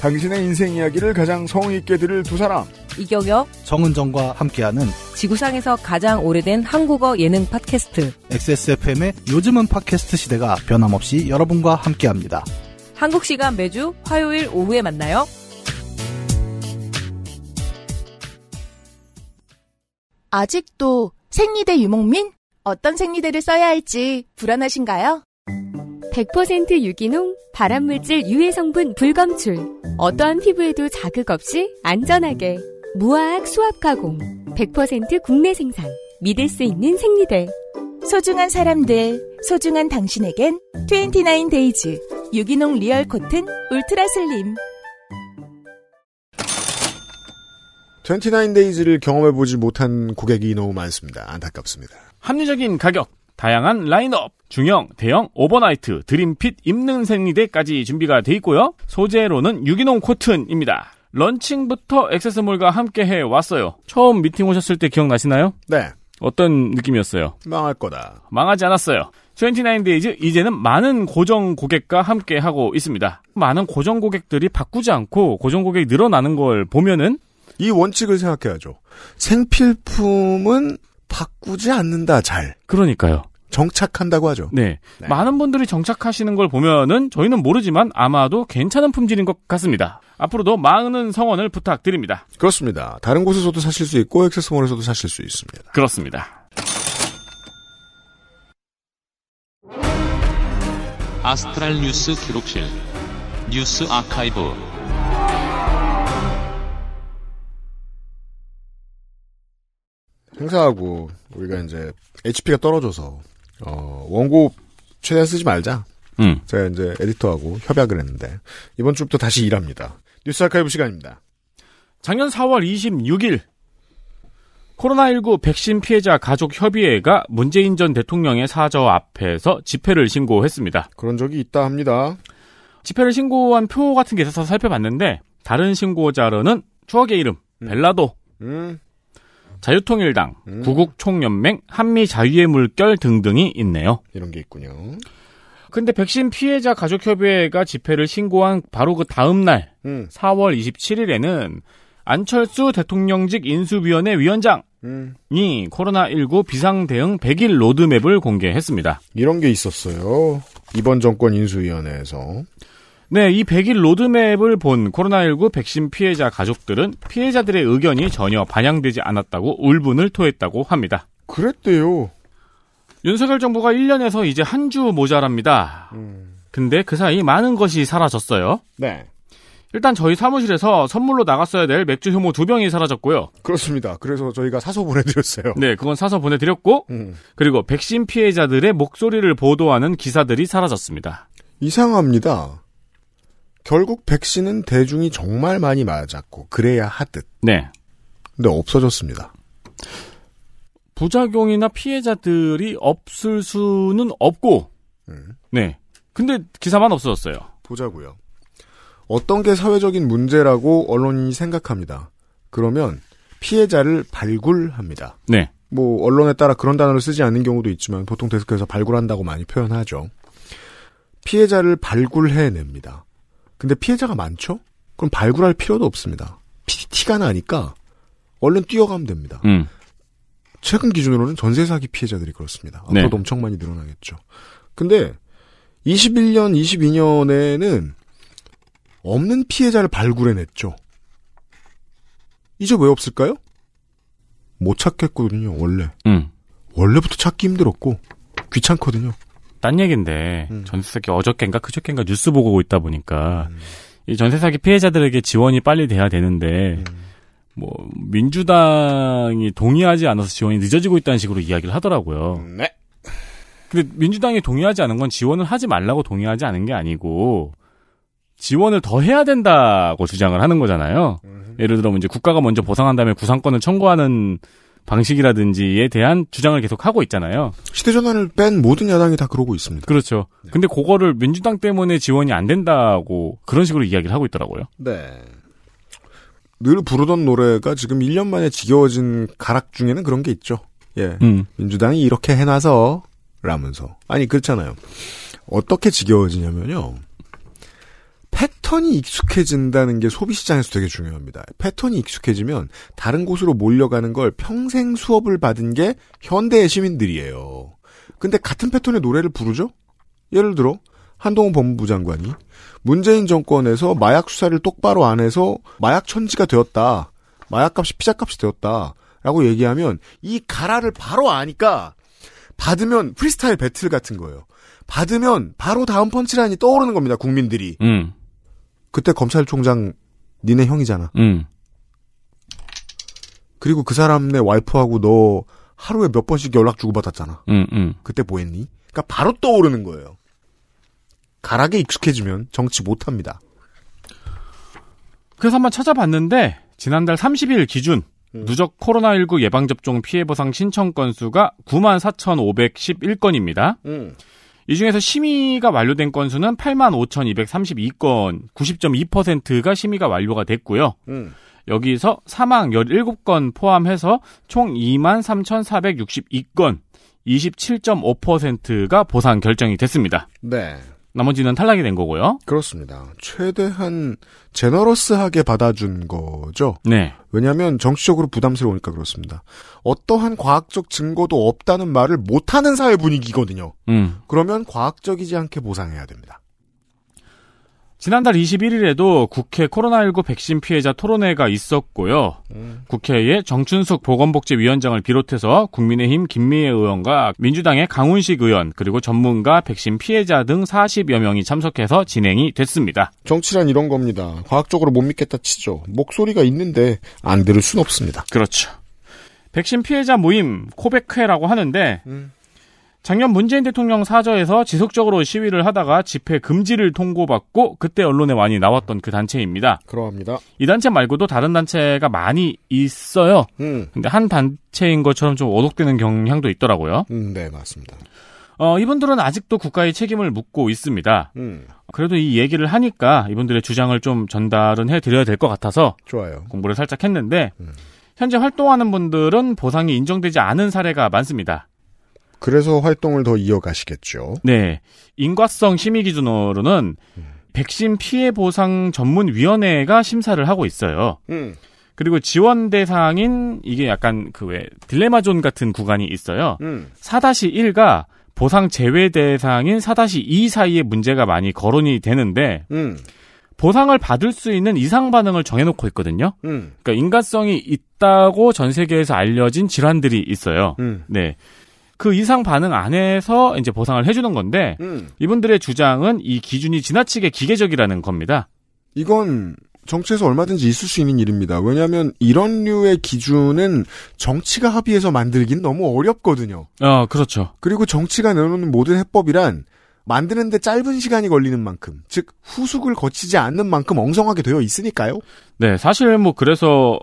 C: 당신의 인생 이야기를 가장 성의 있게 들을 두 사람.
P: 이경혁
Q: 정은정과 함께하는
P: 지구상에서 가장 오래된 한국어 예능 팟캐스트
Q: XSFM의 요즘은 팟캐스트 시대가 변함없이 여러분과 함께합니다.
P: 한국 시간 매주 화요일 오후에 만나요.
E: 아직도 생리대 유목민? 어떤 생리대를 써야 할지 불안하신가요?
R: 100% 유기농, 발암물질 유해 성분 불검출. 어떠한 피부에도 자극 없이 안전하게. 무화학 수압 가공. 100% 국내 생산.
E: 믿을 수 있는 생리대. 소중한 사람들, 소중한 당신에겐 29 데이즈 유기농 리얼 코튼 울트라 슬림.
C: 29데이즈를 경험해보지 못한 고객이 너무 많습니다. 안타깝습니다.
D: 합리적인 가격, 다양한 라인업, 중형, 대형, 오버나이트, 드림핏, 입는 생리대까지 준비가 돼 있고요. 소재로는 유기농 코튼입니다. 런칭부터 액세스몰과 함께 해 왔어요. 처음 미팅 오셨을 때 기억나시나요?
C: 네.
D: 어떤 느낌이었어요?
C: 망할 거다.
D: 망하지 않았어요. 29데이즈 이제는 많은 고정 고객과 함께 하고 있습니다. 많은 고정 고객들이 바꾸지 않고 고정 고객이 늘어나는 걸 보면은
C: 이 원칙을 생각해야죠. 생필품은 바꾸지 않는다, 잘.
D: 그러니까요.
C: 정착한다고 하죠.
D: 네. 많은 분들이 정착하시는 걸 보면은 저희는 모르지만 아마도 괜찮은 품질인 것 같습니다. 앞으로도 많은 성원을 부탁드립니다.
C: 그렇습니다. 다른 곳에서도 사실 수 있고, 액세스몰에서도 사실 수 있습니다.
D: 그렇습니다.
S: 아스트랄 뉴스 기록실 뉴스 아카이브
C: 행사하고, 우리가 이제, HP가 떨어져서, 어, 원고 최대한 쓰지 말자.
D: 음.
C: 제가 이제 에디터하고 협약을 했는데, 이번 주부터 다시 일합니다. 뉴스 아카이브 시간입니다.
D: 작년 4월 26일 코로나19 백신 피해자 가족 협의회가 문재인 전 대통령의 사저 앞에서 집회를 신고했습니다.
C: 그런 적이 있다 합니다.
D: 집회를 신고한 표 같은 게 있어서 살펴봤는데 다른 신고자로는 추억의 이름 벨라도,
C: 음.
D: 자유통일당, 구국총연맹, 한미자유의 물결 등등이 있네요.
C: 이런 게 있군요.
D: 근데 백신 피해자 가족협의회가 집회를 신고한 바로 그 다음 날, 4월 27일에는 안철수 대통령직 인수위원회 위원장이 코로나19 비상대응 100일 로드맵을 공개했습니다.
C: 이런 게 있었어요. 이번 정권 인수위원회에서.
D: 네, 이 100일 로드맵을 본 코로나19 백신 피해자 가족들은 피해자들의 의견이 전혀 반영되지 않았다고 울분을 토했다고 합니다.
C: 그랬대요.
D: 윤석열 정부가 1년에서 이제 한 주 모자랍니다. 근데 그 사이 많은 것이 사라졌어요.
C: 네.
D: 일단 저희 사무실에서 선물로 나갔어야 될 맥주 효모 두 병이 사라졌고요.
C: 그렇습니다. 그래서 저희가 사서 보내드렸어요.
D: 네, 그건 사서 보내드렸고, 그리고 백신 피해자들의 목소리를 보도하는 기사들이 사라졌습니다.
C: 이상합니다. 결국 백신은 대중이 정말 많이 맞았고 그래야 하듯.
D: 네.
C: 근데 없어졌습니다.
D: 부작용이나 피해자들이 없을 수는 없고, 네. 근데 기사만 없어졌어요.
C: 보자고요. 어떤 게 사회적인 문제라고 언론이 생각합니다. 그러면 피해자를 발굴합니다.
D: 네.
C: 뭐 언론에 따라 그런 단어를 쓰지 않는 경우도 있지만 보통 데스크에서 발굴한다고 많이 표현하죠. 피해자를 발굴해냅니다. 근데 피해자가 많죠? 그럼 발굴할 필요도 없습니다. 피- 티가 나니까 얼른 뛰어가면 됩니다.
D: 음.
C: 최근 기준으로는 전세 사기 피해자들이 그렇습니다. 앞으로도
D: 네.
C: 엄청 많이 늘어나겠죠. 근데 21년, 22년에는 없는 피해자를 발굴해냈죠. 이제 왜 없을까요? 못 찾겠거든요, 원래.
D: 음.
C: 원래부터 찾기 힘들었고 귀찮거든요.
D: 딴 얘긴데 전세 사기 어저께인가 그저께인가 뉴스 보고 있다 보니까 이 전세 사기 피해자들에게 지원이 빨리 돼야 되는데 뭐 민주당이 동의하지 않아서 지원이 늦어지고 있다는 식으로 이야기를 하더라고요.
C: 네.
D: 근데 민주당이 동의하지 않은 건 지원을 하지 말라고 동의하지 않은 게 아니고 지원을 더 해야 된다고 주장을 하는 거잖아요. 예를 들어 뭐 이제 국가가 먼저 보상한 다음에 구상권을 청구하는 방식이라든지에 대한 주장을 계속 하고 있잖아요.
C: 시대전환을 뺀 모든 야당이 다 그러고 있습니다.
D: 그렇죠. 근데 그거를 민주당 때문에 지원이 안 된다고 그런 식으로 이야기를 하고 있더라고요.
C: 네. 늘 부르던 노래가 지금 1년 만에 지겨워진 가락 중에는 그런 게 있죠. 예.
D: 음.
C: 민주당이 이렇게 해놔서 라면서. 아니 그렇잖아요. 어떻게 지겨워지냐면요. 패턴이 익숙해진다는 게 소비 시장에서 되게 중요합니다. 패턴이 익숙해지면 다른 곳으로 몰려가는 걸 평생 수업을 받은 게 현대의 시민들이에요. 근데 같은 패턴의 노래를 부르죠? 예를 들어 한동훈 법무부 장관이 문재인 정권에서 마약 수사를 똑바로 안 해서 마약 천지가 되었다. 마약값이 피자값이 되었다. 라고 얘기하면 이 가라를 바로 아니까 받으면 프리스타일 배틀 같은 거예요. 받으면 바로 다음 펀치라인이 떠오르는 겁니다. 국민들이.
D: 음.
C: 그때 검찰총장 니네 형이잖아.
D: 음.
C: 그리고 그 사람네 와이프하고 너 하루에 몇 번씩 연락 주고받았잖아.
D: 음, 음.
C: 그때 뭐 했니? 그러니까 바로 떠오르는 거예요. 가락에 익숙해지면 정치 못합니다.
D: 그래서 한번 찾아봤는데 지난달 30일 기준 누적 코로나19 예방접종 피해보상 신청 건수가 94,511건입니다. 이 중에서 심의가 완료된 건수는 85,232건, 90.2%가 심의가 완료가 됐고요. 여기서 사망 17건 포함해서 총 23,462건, 27.5%가 보상 결정이 됐습니다.
C: 네.
D: 나머지는 탈락이 된 거고요.
C: 그렇습니다. 최대한 제너러스하게 받아준 거죠.
D: 네.
C: 왜냐하면 정치적으로 부담스러우니까 그렇습니다. 어떠한 과학적 증거도 없다는 말을 못하는 사회 분위기거든요.
D: 음.
C: 그러면 과학적이지 않게 보상해야 됩니다.
D: 지난달 21일에도 국회 코로나19 백신 피해자 토론회가 있었고요. 국회에 정춘숙 보건복지위원장을 비롯해서 국민의힘 김미애 의원과 민주당의 강훈식 의원 그리고 전문가 백신 피해자 등 40여 명이 참석해서 진행이 됐습니다.
C: 정치란 이런 겁니다. 과학적으로 못 믿겠다 치죠. 목소리가 있는데 안 들을 순 없습니다.
D: 그렇죠. 백신 피해자 모임 코백회라고 하는데 작년 문재인 대통령 사저에서 지속적으로 시위를 하다가 집회 금지를 통고받고 그때 언론에 많이 나왔던 그 단체입니다.
C: 그러합니다.
D: 이 단체 말고도 다른 단체가 많이 있어요.
C: 음.
D: 근데 한 단체인 것처럼 좀 오독되는 경향도 있더라고요.
C: 네, 맞습니다.
D: 어, 이분들은 아직도 국가의 책임을 묻고 있습니다.
C: 음.
D: 그래도 이 얘기를 하니까 이분들의 주장을 좀 전달은 해드려야 될 것 같아서
C: 좋아요.
D: 공부를 살짝 했는데 현재 활동하는 분들은 보상이 인정되지 않은 사례가 많습니다.
C: 그래서 활동을 더 이어가시겠죠.
D: 네. 인과성 심의 기준으로는 백신 피해 보상 전문 위원회가 심사를 하고 있어요.
C: 음.
D: 그리고 지원 대상인 이게 약간 그 왜 딜레마존 같은 구간이 있어요. 4-1가 보상 제외 대상인 4-2 사이에 문제가 많이 거론이 되는데
C: 음,
D: 보상을 받을 수 있는 이상 반응을 정해놓고 있거든요.
C: 음.
D: 그러니까 인가성이 있다고 전 세계에서 알려진 질환들이 있어요.
C: 음,
D: 네. 그 이상 반응 안에서 이제 보상을 해주는 건데
C: 음.
D: 이분들의 주장은 이 기준이 지나치게 기계적이라는 겁니다.
C: 이건 정치에서 얼마든지 있을 수 있는 일입니다. 왜냐하면 이런 류의 기준은 정치가 합의해서 만들긴 너무 어렵거든요.
D: 아 그렇죠.
C: 그리고 정치가 내놓는 모든 해법이란 만드는데 짧은 시간이 걸리는 만큼, 즉 후숙을 거치지 않는 만큼 엉성하게 되어 있으니까요.
D: 네, 사실 뭐 그래서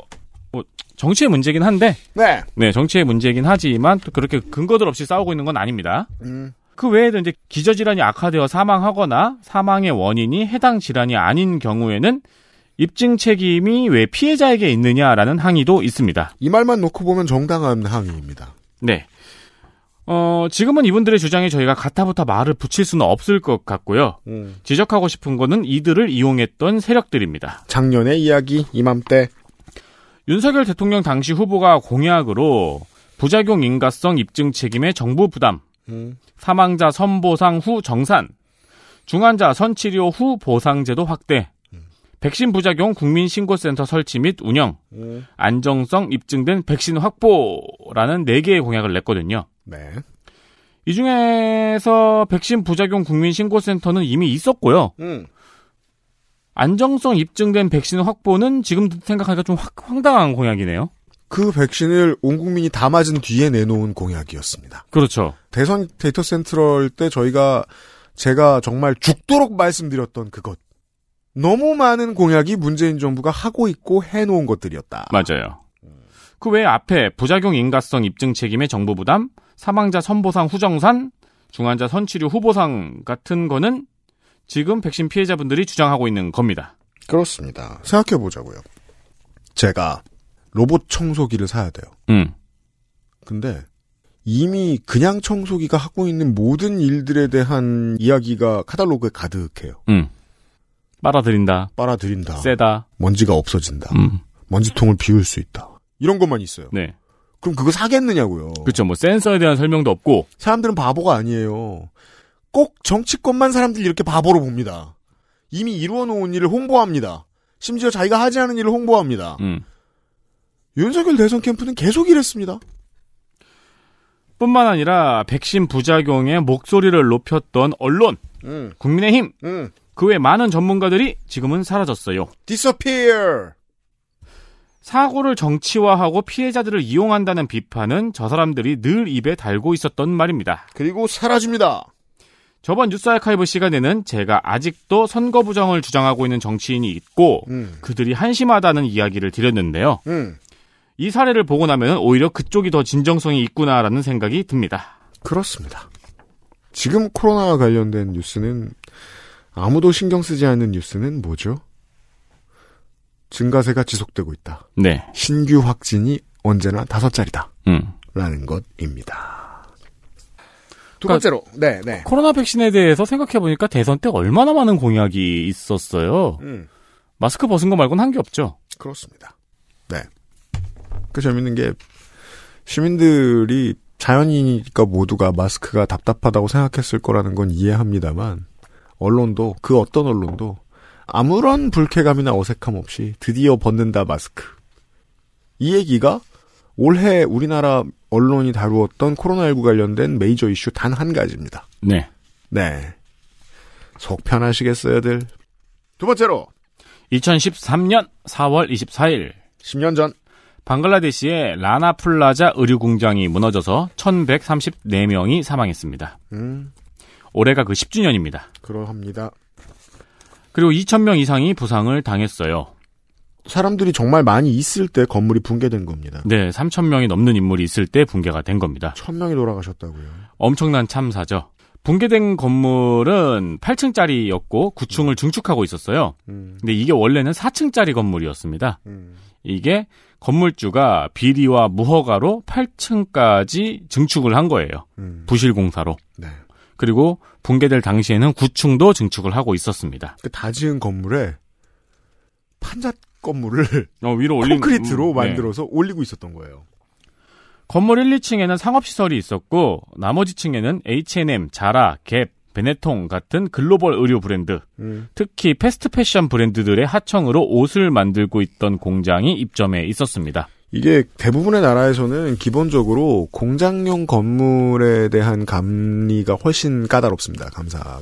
D: 뭐 정치의 문제긴 한데
C: 네.
D: 네, 정치의 문제긴 하지만 또 그렇게 근거들 없이 싸우고 있는 건 아닙니다.
C: 음,
D: 그 외에도 이제 기저질환이 악화되어 사망하거나 사망의 원인이 해당 질환이 아닌 경우에는 입증 책임이 왜 피해자에게 있느냐라는 항의도 있습니다.
C: 이 말만 놓고 보면 정당한 항의입니다.
D: 네. 어, 지금은 이분들의 주장에 저희가 가타부타 말을 붙일 수는 없을 것 같고요. 지적하고 싶은 거는 이들을 이용했던 세력들입니다.
C: 작년의 이야기 이맘때
D: 윤석열 대통령 당시 후보가 공약으로 부작용 인가성 입증 책임의 정부 부담, 사망자 선보상 후 정산, 중환자 선치료 후 보상제도 확대, 백신 부작용 국민신고센터 설치 및 운영, 안정성 입증된 백신 확보라는 4개의 공약을 냈거든요.
C: 네.
D: 이 중에서 백신 부작용 국민신고센터는 이미 있었고요. 안정성 입증된 백신 확보는 지금 생각하니까 좀 확- 황당한 공약이네요.
C: 그 백신을 온 국민이 다 맞은 뒤에 내놓은 공약이었습니다.
D: 그렇죠.
C: 대선 데이터 센트럴 때 저희가 제가 정말 죽도록 말씀드렸던 그것. 너무 많은 공약이 문재인 정부가 하고 있고 해놓은 것들이었다.
D: 맞아요. 그 외에 앞에 부작용 인가성 입증 책임의 정부 부담, 사망자 선보상 후정산, 중환자 선치료 후보상 같은 거는 지금 백신 피해자분들이 주장하고 있는 겁니다.
C: 그렇습니다. 생각해 보자고요. 제가 로봇 청소기를 사야 돼요.
D: 음.
C: 근데 이미 그냥 청소기가 하고 있는 모든 일들에 대한 이야기가 카탈로그에 가득해요.
D: 음. 빨아들인다.
C: 빨아들인다.
D: 세다.
C: 먼지가 없어진다.
D: 음.
C: 먼지통을 비울 수 있다. 이런 것만 있어요.
D: 네.
C: 그럼 그거 사겠느냐고요.
D: 그렇죠. 뭐 센서에 대한 설명도 없고
C: 사람들은 바보가 아니에요. 꼭 정치권만 사람들이 이렇게 바보로 봅니다. 이미 이루어놓은 일을 홍보합니다. 심지어 자기가 하지 않은 일을 홍보합니다.
D: 음.
C: 윤석열 대선 캠프는 계속 이랬습니다.
D: 뿐만 아니라 백신 부작용의 목소리를 높였던 언론,
C: 음.
D: 국민의힘,
C: 음.
D: 그 외 많은 전문가들이 지금은 사라졌어요.
C: disappear.
D: 사고를 정치화하고 피해자들을 이용한다는 비판은 저 사람들이 늘 입에 달고 있었던 말입니다.
C: 그리고 사라집니다.
D: 저번 뉴스 아카이브 시간에는 제가 아직도 선거 부정을 주장하고 있는 정치인이 있고 그들이 한심하다는 이야기를 드렸는데요.
C: 음.
D: 이 사례를 보고 나면 오히려 그쪽이 더 진정성이 있구나라는 생각이 듭니다.
C: 그렇습니다. 지금 코로나와 관련된 뉴스는 아무도 신경 쓰지 않는 뉴스는 뭐죠? 증가세가 지속되고 있다.
D: 네.
C: 신규 확진이 언제나 다섯 자리다.
D: 음.
C: 라는 것입니다. 두
D: 그러니까
C: 번째로, 네, 네.
D: 코로나 백신에 대해서 생각해보니까 대선 때 얼마나 많은 공약이 있었어요. 마스크 벗은 거 말고는 한 게 없죠.
C: 그렇습니다. 네. 그 재밌는 게 시민들이 자연이니까 모두가 마스크가 답답하다고 생각했을 거라는 건 이해합니다만 언론도 그 어떤 언론도 아무런 불쾌감이나 어색함 없이 드디어 벗는다 마스크 이 얘기가 올해 우리나라 언론이 다루었던 코로나19 관련된 메이저 이슈 단 한 가지입니다.
D: 네.
C: 네. 속 편하시겠어요들. 두 번째로
D: 2013년 4월 24일
C: 10년 전
D: 방글라데시의 라나플라자 의류 공장이 무너져서 1134명이 사망했습니다.
C: 음,
D: 올해가 그 10주년입니다.
C: 그러합니다.
D: 그리고 2,000명 이상이 부상을 당했어요.
C: 사람들이 정말 많이 있을 때 건물이 붕괴된 겁니다.
D: 네, 3,000명이 넘는 인물이 있을 때 붕괴가 된 겁니다.
C: 1,000명이 돌아가셨다고요.
D: 엄청난 참사죠. 붕괴된 건물은 8층짜리였고 9층을 증축하고 있었어요. 근데 이게 원래는 4층짜리 건물이었습니다. 이게 건물주가 비리와 무허가로 8층까지 증축을 한 거예요.
C: 음,
D: 부실공사로.
C: 네.
D: 그리고 붕괴될 당시에는 9층도 증축을 하고 있었습니다.
C: 그 다 지은 건물에 판잣 건물을
D: 어, 위로 올린
C: 콘크리트로
D: 음, 네.
C: 만들어서 올리고 있었던 거예요.
D: 건물 1, 2층에는 상업시설이 있었고 나머지 층에는 H&M, 자라, 갭, 베네통 같은 글로벌 의류 브랜드,
C: 음.
D: 특히 패스트 패션 브랜드들의 하청으로 옷을 만들고 있던 공장이 입점해 있었습니다.
C: 이게 대부분의 나라에서는 기본적으로 공장용 건물에 대한 감리가 훨씬 까다롭습니다. 감사가.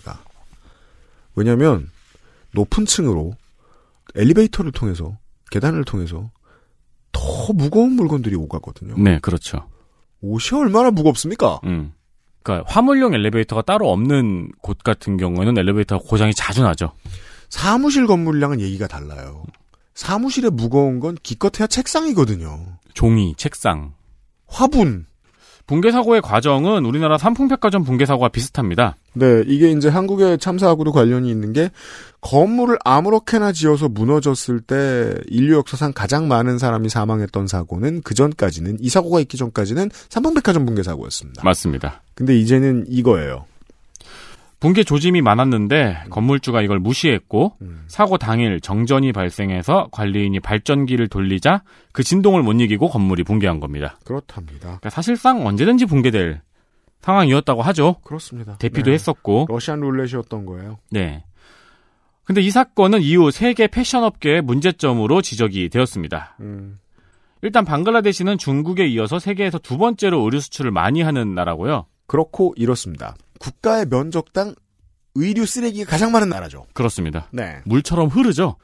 C: 왜냐면 하 높은 층으로 엘리베이터를 통해서 계단을 통해서 더 무거운 물건들이 오가거든요.
D: 네, 그렇죠.
C: 옷이 얼마나 무겁습니까?
D: 음. 그러니까 화물용 엘리베이터가 따로 없는 곳 같은 경우에는 엘리베이터 고장이 자주 나죠.
C: 사무실 건물이랑은 얘기가 달라요. 사무실에 무거운 건 기껏해야 책상이거든요.
D: 종이, 책상,
C: 화분.
D: 붕괴 사고의 과정은 우리나라 삼풍백화점 붕괴 사고와 비슷합니다.
C: 네, 이게 이제 한국의 참사하고도 관련이 있는 게 건물을 아무렇게나 지어서 무너졌을 때 인류 역사상 가장 많은 사람이 사망했던 사고는 그 전까지는 이 사고가 있기 전까지는 삼풍백화점 붕괴 사고였습니다.
D: 맞습니다.
C: 근데 이제는 이거예요.
D: 붕괴 조짐이 많았는데 건물주가 이걸 무시했고
C: 음.
D: 사고 당일 정전이 발생해서 관리인이 발전기를 돌리자 그 진동을 못 이기고 건물이 붕괴한 겁니다.
C: 그렇답니다.
D: 그러니까 사실상 언제든지 붕괴될 상황이었다고 하죠.
C: 그렇습니다.
D: 대피도
C: 네.
D: 했었고.
C: 러시안 룰렛이었던 거예요.
D: 네. 근데 이 사건은 이후 세계 패션업계의 문제점으로 지적이 되었습니다.
C: 음.
D: 일단 방글라데시는 중국에 이어서 세계에서 두 번째로 의류 수출을 많이 하는 나라고요.
C: 그렇고 이렇습니다. 국가의 면적당 의류 쓰레기가 가장 많은 나라죠.
D: 그렇습니다.
C: 네.
D: 물처럼 흐르죠.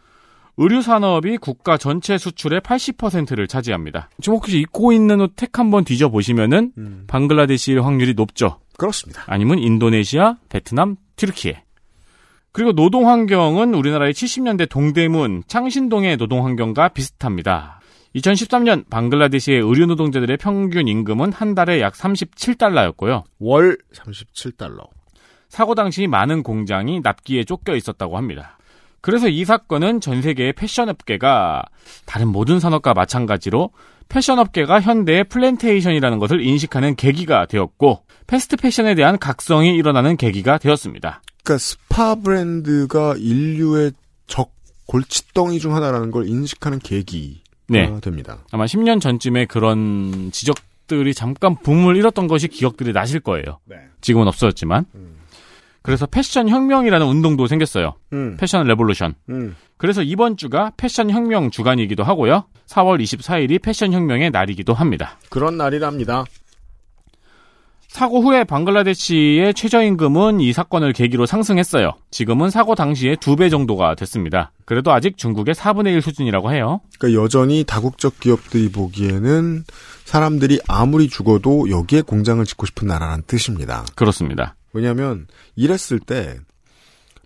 D: 의류 산업이 국가 전체 수출의 80%를 차지합니다. 지금 혹시 입고 있는 옷 택 한번 뒤져 보시면은 방글라데시일 확률이 높죠.
C: 그렇습니다.
D: 아니면 인도네시아, 베트남, 튀르키예. 그리고 노동 환경은 우리나라의 70년대 동대문, 창신동의 노동 환경과 비슷합니다. 2013년 방글라데시의 의류 노동자들의 평균 임금은 한 달에 약 37달러였고요.
C: 월 37달러.
D: 사고 당시 많은 공장이 납기에 쫓겨 있었다고 합니다. 그래서 이 사건은 전 세계의 패션업계가 다른 모든 산업과 마찬가지로 패션업계가 현대의 플랜테이션이라는 것을 인식하는 계기가 되었고 패스트 패션에 대한 각성이 일어나는 계기가 되었습니다.
C: 그러니까 스파 브랜드가 인류의 적 골칫덩이 중 하나라는 걸 인식하는 계기가
D: 네.
C: 됩니다.
D: 아마 10년 전쯤에 그런 지적들이 잠깐 붐을 잃었던 것이 기억들이 나실 거예요.
C: 네.
D: 지금은 없어졌지만. 그래서 패션 혁명이라는 운동도 생겼어요.
C: 음.
D: 패션 레볼루션.
C: 음.
D: 그래서 이번 주가 패션 혁명 주간이기도 하고요. 4월 24일이 패션 혁명의 날이기도 합니다.
C: 그런 날이랍니다.
D: 사고 후에 방글라데시의 최저임금은 이 사건을 계기로 상승했어요. 지금은 사고 당시의 2배 정도가 됐습니다. 그래도 아직 중국의 4분의 1 수준이라고 해요.
C: 그러니까 여전히 다국적 기업들이 보기에는 사람들이 아무리 죽어도 여기에 공장을 짓고 싶은 나라란 뜻입니다.
D: 그렇습니다.
C: 왜냐하면 이랬을 때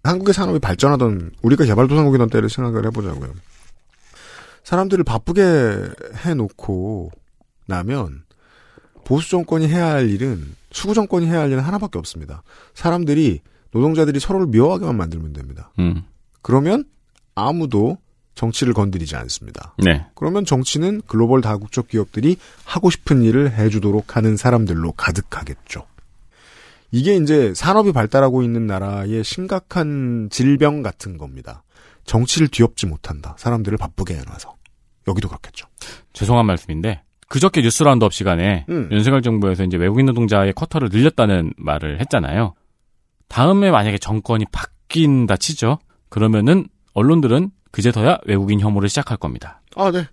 C: 한국의 산업이 발전하던 우리가 개발도상국이던 때를 생각을 해보자고요. 사람들을 바쁘게 해놓고 나면 보수 정권이 해야 할 일은 수구 정권이 해야 할 일은 하나밖에 없습니다. 사람들이 노동자들이 서로를 미워하게만 만들면 됩니다.
D: 음.
C: 그러면 아무도 정치를 건드리지 않습니다.
D: 네.
C: 그러면 정치는 글로벌 다국적 기업들이 하고 싶은 일을 해주도록 하는 사람들로 가득하겠죠. 이게 이제 산업이 발달하고 있는 나라의 심각한 질병 같은 겁니다. 정치를 뒤엎지 못한다. 사람들을 바쁘게 해놔서. 여기도 그렇겠죠.
D: 죄송한 말씀인데 그저께 뉴스 라운드업 시간에 윤석열 정부에서 이제 외국인 노동자의 쿼터를 늘렸다는 말을 했잖아요. 다음에 만약에 정권이 바뀐다 치죠. 그러면은 언론들은 그제서야 외국인 혐오를 시작할 겁니다.
C: 아, 네.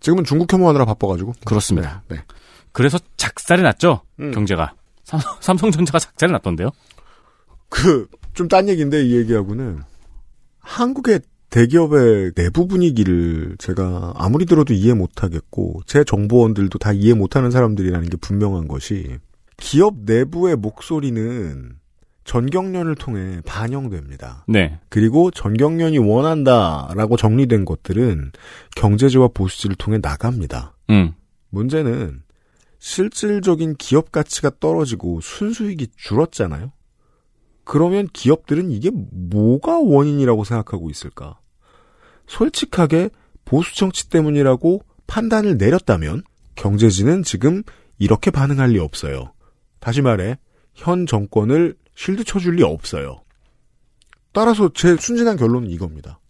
C: 지금은 중국 혐오하느라 바빠가지고.
D: 그렇습니다.
C: 네. 네.
D: 그래서 작살이 났죠.
C: 음.
D: 경제가. 삼, 삼성전자가 작살이 났던데요.
C: 그, 좀 딴 얘기인데, 이 얘기하고는. 한국의 대기업의 내부 분위기를 제가 아무리 들어도 이해 못하겠고, 제 정보원들도 다 이해 못하는 사람들이라는 게 분명한 것이, 기업 내부의 목소리는 전경련을 통해 반영됩니다.
D: 네.
C: 그리고 전경련이 원한다라고 정리된 것들은 경제지와 보수지를 통해 나갑니다.
D: 음.
C: 문제는 실질적인 기업 가치가 떨어지고 순수익이 줄었잖아요. 그러면 기업들은 이게 뭐가 원인이라고 생각하고 있을까? 솔직하게 보수 정치 때문이라고 판단을 내렸다면 경제지는 지금 이렇게 반응할 리 없어요. 다시 말해 현 정권을 실드 쳐줄 리 없어요. 따라서 제 순진한 결론은 이겁니다.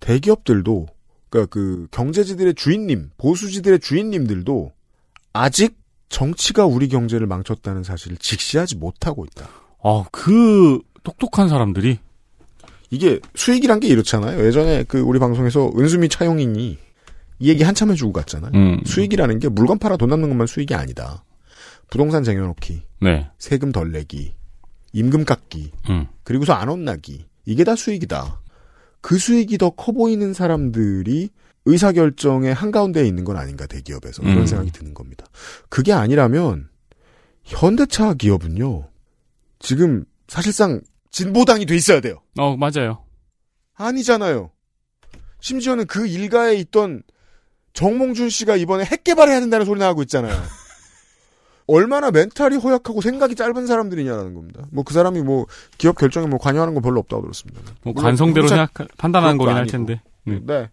C: 대기업들도 그러니까 그 경제지들의 주인님, 보수지들의 주인님들도 아직 정치가 우리 경제를 망쳤다는 사실을 직시하지 못하고 있다.
D: 아, 그 똑똑한 사람들이
C: 이게 수익이란 게 이렇잖아요. 예전에 그 우리 방송에서 은수미 차용인이 이 얘기 한참 해주고 갔잖아요.
D: 음.
C: 수익이라는 게 물건 팔아 돈 남는 것만 수익이 아니다. 부동산 쟁여놓기,
D: 네.
C: 세금 덜 내기, 임금 깎기,
D: 음.
C: 그리고서 안 혼나기. 이게 다 수익이다. 그 수익이 더 커 보이는 사람들이 의사결정의 한가운데에 있는 건 아닌가, 대기업에서. 이런
D: 음.
C: 생각이 드는 겁니다. 그게 아니라면, 현대차 기업은요, 지금 사실상 진보당이 돼 있어야 돼요.
D: 어, 맞아요.
C: 아니잖아요. 심지어는 그 일가에 있던 정몽준 씨가 이번에 핵 개발해야 된다는 소리 나고 있잖아요. 얼마나 멘탈이 허약하고 생각이 짧은 사람들이냐라는 겁니다. 뭐 그 사람이 뭐 기업 결정에 뭐 관여하는 건 별로 없다고 들었습니다.
D: 뭐 관성대로
C: 물론
D: 생각 판단하는
C: 그것도
D: 거긴 할
C: 아니고.
D: 텐데. 네.
C: 네.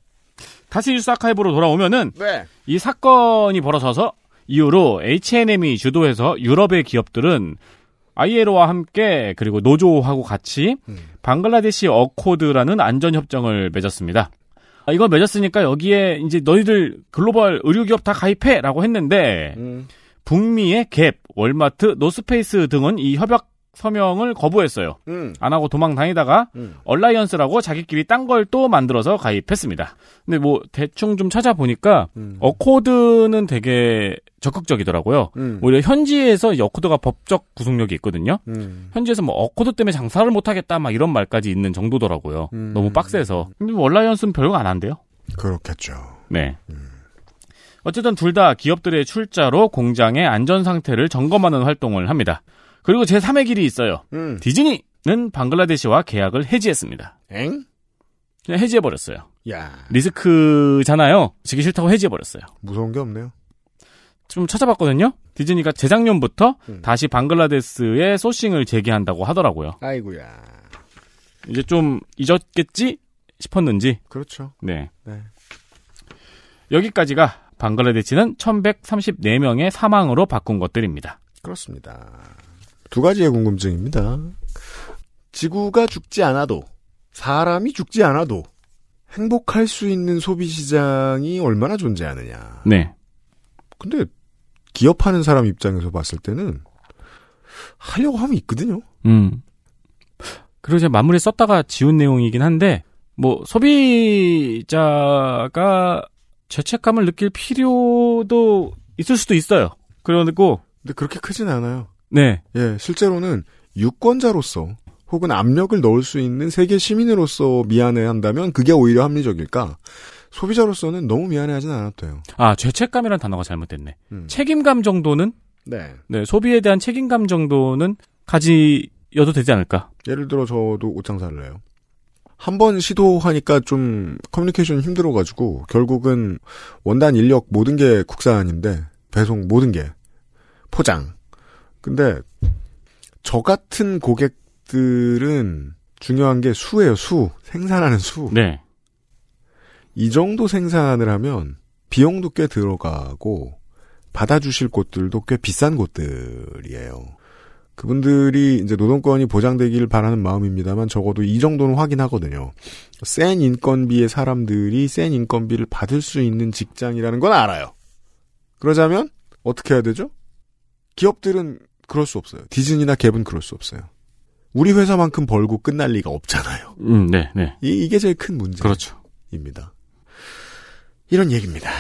D: 다시 뉴스 아카이브로 돌아오면은
C: 네.
D: 이 사건이 벌어져서 이후로 H&M이 주도해서 유럽의 기업들은 ILO와 함께 그리고 노조하고 같이
C: 음.
D: 방글라데시 어코드라는 안전 협정을 맺었습니다. 아, 이걸 맺었으니까 여기에 이제 너희들 글로벌 의류 기업 다 가입해라고 했는데
C: 음.
D: 북미의 갭, 월마트, 노스페이스 등은 이 협약 서명을 거부했어요.
C: 음.
D: 안 하고 도망 다니다가
C: 음.
D: 얼라이언스라고 자기끼리 딴 걸 또 만들어서 가입했습니다. 근데 뭐 대충 좀 찾아보니까 어코드는 되게 적극적이더라고요.
C: 음.
D: 오히려 현지에서 이 어코드가 법적 구속력이 있거든요.
C: 음.
D: 현지에서 뭐 어코드 때문에 장사를 못하겠다 막 이런 말까지 있는 정도더라고요.
C: 음.
D: 너무 빡세서. 근데 뭐 얼라이언스는 별거 안 한대요.
C: 그렇겠죠.
D: 네.
C: 음.
D: 어쨌든 둘 다 기업들의 출자로 공장의 안전 상태를 점검하는 활동을 합니다. 그리고 제3의 길이 있어요.
C: 음.
D: 디즈니는 방글라데시와 계약을 해지했습니다.
C: 엥?
D: 그냥 해지해버렸어요.
C: 야
D: 리스크잖아요. 지기 싫다고 해지해버렸어요.
C: 무서운 게 없네요.
D: 좀 찾아봤거든요. 디즈니가 재작년부터 다시 방글라데스에 소싱을 재개한다고 하더라고요.
C: 아이고야.
D: 이제 좀 잊었겠지 싶었는지.
C: 그렇죠.
D: 네.
C: 네.
D: 여기까지가 방글라데시는 1134명의 사망으로 바꾼 것들입니다.
C: 그렇습니다. 두 가지의 궁금증입니다. 지구가 죽지 않아도 사람이 죽지 않아도 행복할 수 있는 소비 시장이 얼마나 존재하느냐.
D: 네.
C: 근데 기업하는 사람 입장에서 봤을 때는 하려고 하면 있거든요.
D: 음. 그리고 제가 마무리 썼다가 지운 내용이긴 한데, 뭐, 소비자가 죄책감을 느낄 필요도 있을 수도 있어요. 그러고,
C: 근데 그렇게 크진 않아요.
D: 네.
C: 예, 실제로는 유권자로서 혹은 압력을 넣을 수 있는 세계 시민으로서 미안해한다면 그게 오히려 합리적일까? 소비자로서는 너무 미안해하진 않아도 돼요.
D: 아, 죄책감이라는 단어가 잘못됐네. 책임감 정도는?
C: 네.
D: 네, 소비에 대한 책임감 정도는 가지여도 되지 않을까?
C: 예를 들어 저도 옷장사를 해요. 한 번 시도하니까 좀 커뮤니케이션 힘들어가지고 결국은 원단 인력 모든 게 국산인데 배송 모든 게 포장. 근데 저 같은 고객들은 중요한 게 수예요 수 생산하는 수.
D: 네.
C: 이 정도 생산을 하면 비용도 꽤 들어가고 받아주실 곳들도 꽤 비싼 곳들이에요. 그분들이 이제 노동권이 보장되기를 바라는 마음입니다만 적어도 이 정도는 확인하거든요. 센 인건비의 사람들이 센 인건비를 받을 수 있는 직장이라는 건 알아요. 그러자면 어떻게 해야 되죠? 기업들은 그럴 수 없어요. 디즈니나 갭은 그럴 수 없어요. 우리 회사만큼 벌고 끝날 리가 없잖아요.
D: 음, 네, 네.
C: 이, 게 제일 큰 문제.
D: 그렇죠.
C: 입니다. 이런 얘기입니다.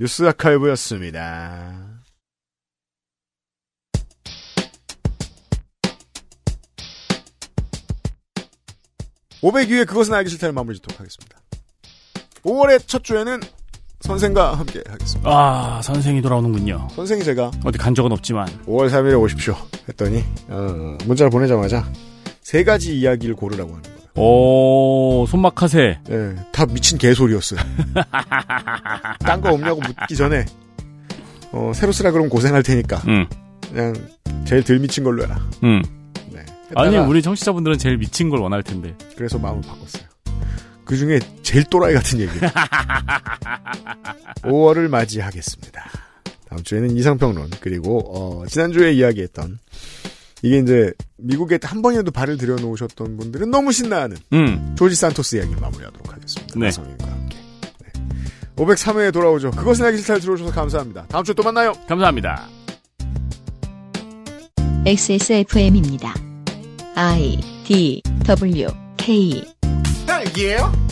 C: 뉴스 아카이브였습니다. 오백0위에 그것은 알기 싫다는 마무리 짓도록 하겠습니다. 5월의 첫 주에는 선생과 함께 하겠습니다.
D: 아, 선생이 돌아오는군요.
C: 선생이 제가
D: 어디 간 적은 없지만.
C: 5월 3일에 오십시오 했더니 어, 문자를 보내자마자 세 가지 이야기를 고르라고 하는
D: 오, 손막하세.
C: 예, 다 미친 개소리였어요. 딴 거 없냐고 묻기 전에 어, 새로 쓰라 그러면 고생할 테니까
D: 음.
C: 그냥 제일 덜 미친 걸로 해라. 네.
D: 음.
C: 했다가
D: 아니, 우리 청취자분들은 제일 미친 걸 원할 텐데.
C: 그래서 마음을 바꿨어요. 그 중에 제일 또라이 같은 얘기. 5월을 맞이하겠습니다. 다음 주에는 이상평론 그리고 어, 지난주에 이야기했던 이게 이제 미국에 한 번이라도 발을 들여놓으셨던 분들은 너무 신나하는
D: 음.
C: 조지 산토스 이야기 마무리하도록 하겠습니다.
D: 네.
C: 성인과 함께. 네. 503회에 돌아오죠. 그것은 알기 싫다 들어오셔서 감사합니다. 다음 주에 또 만나요.
D: 감사합니다.
A: XSFM입니다. I D W K
B: 헬기예요?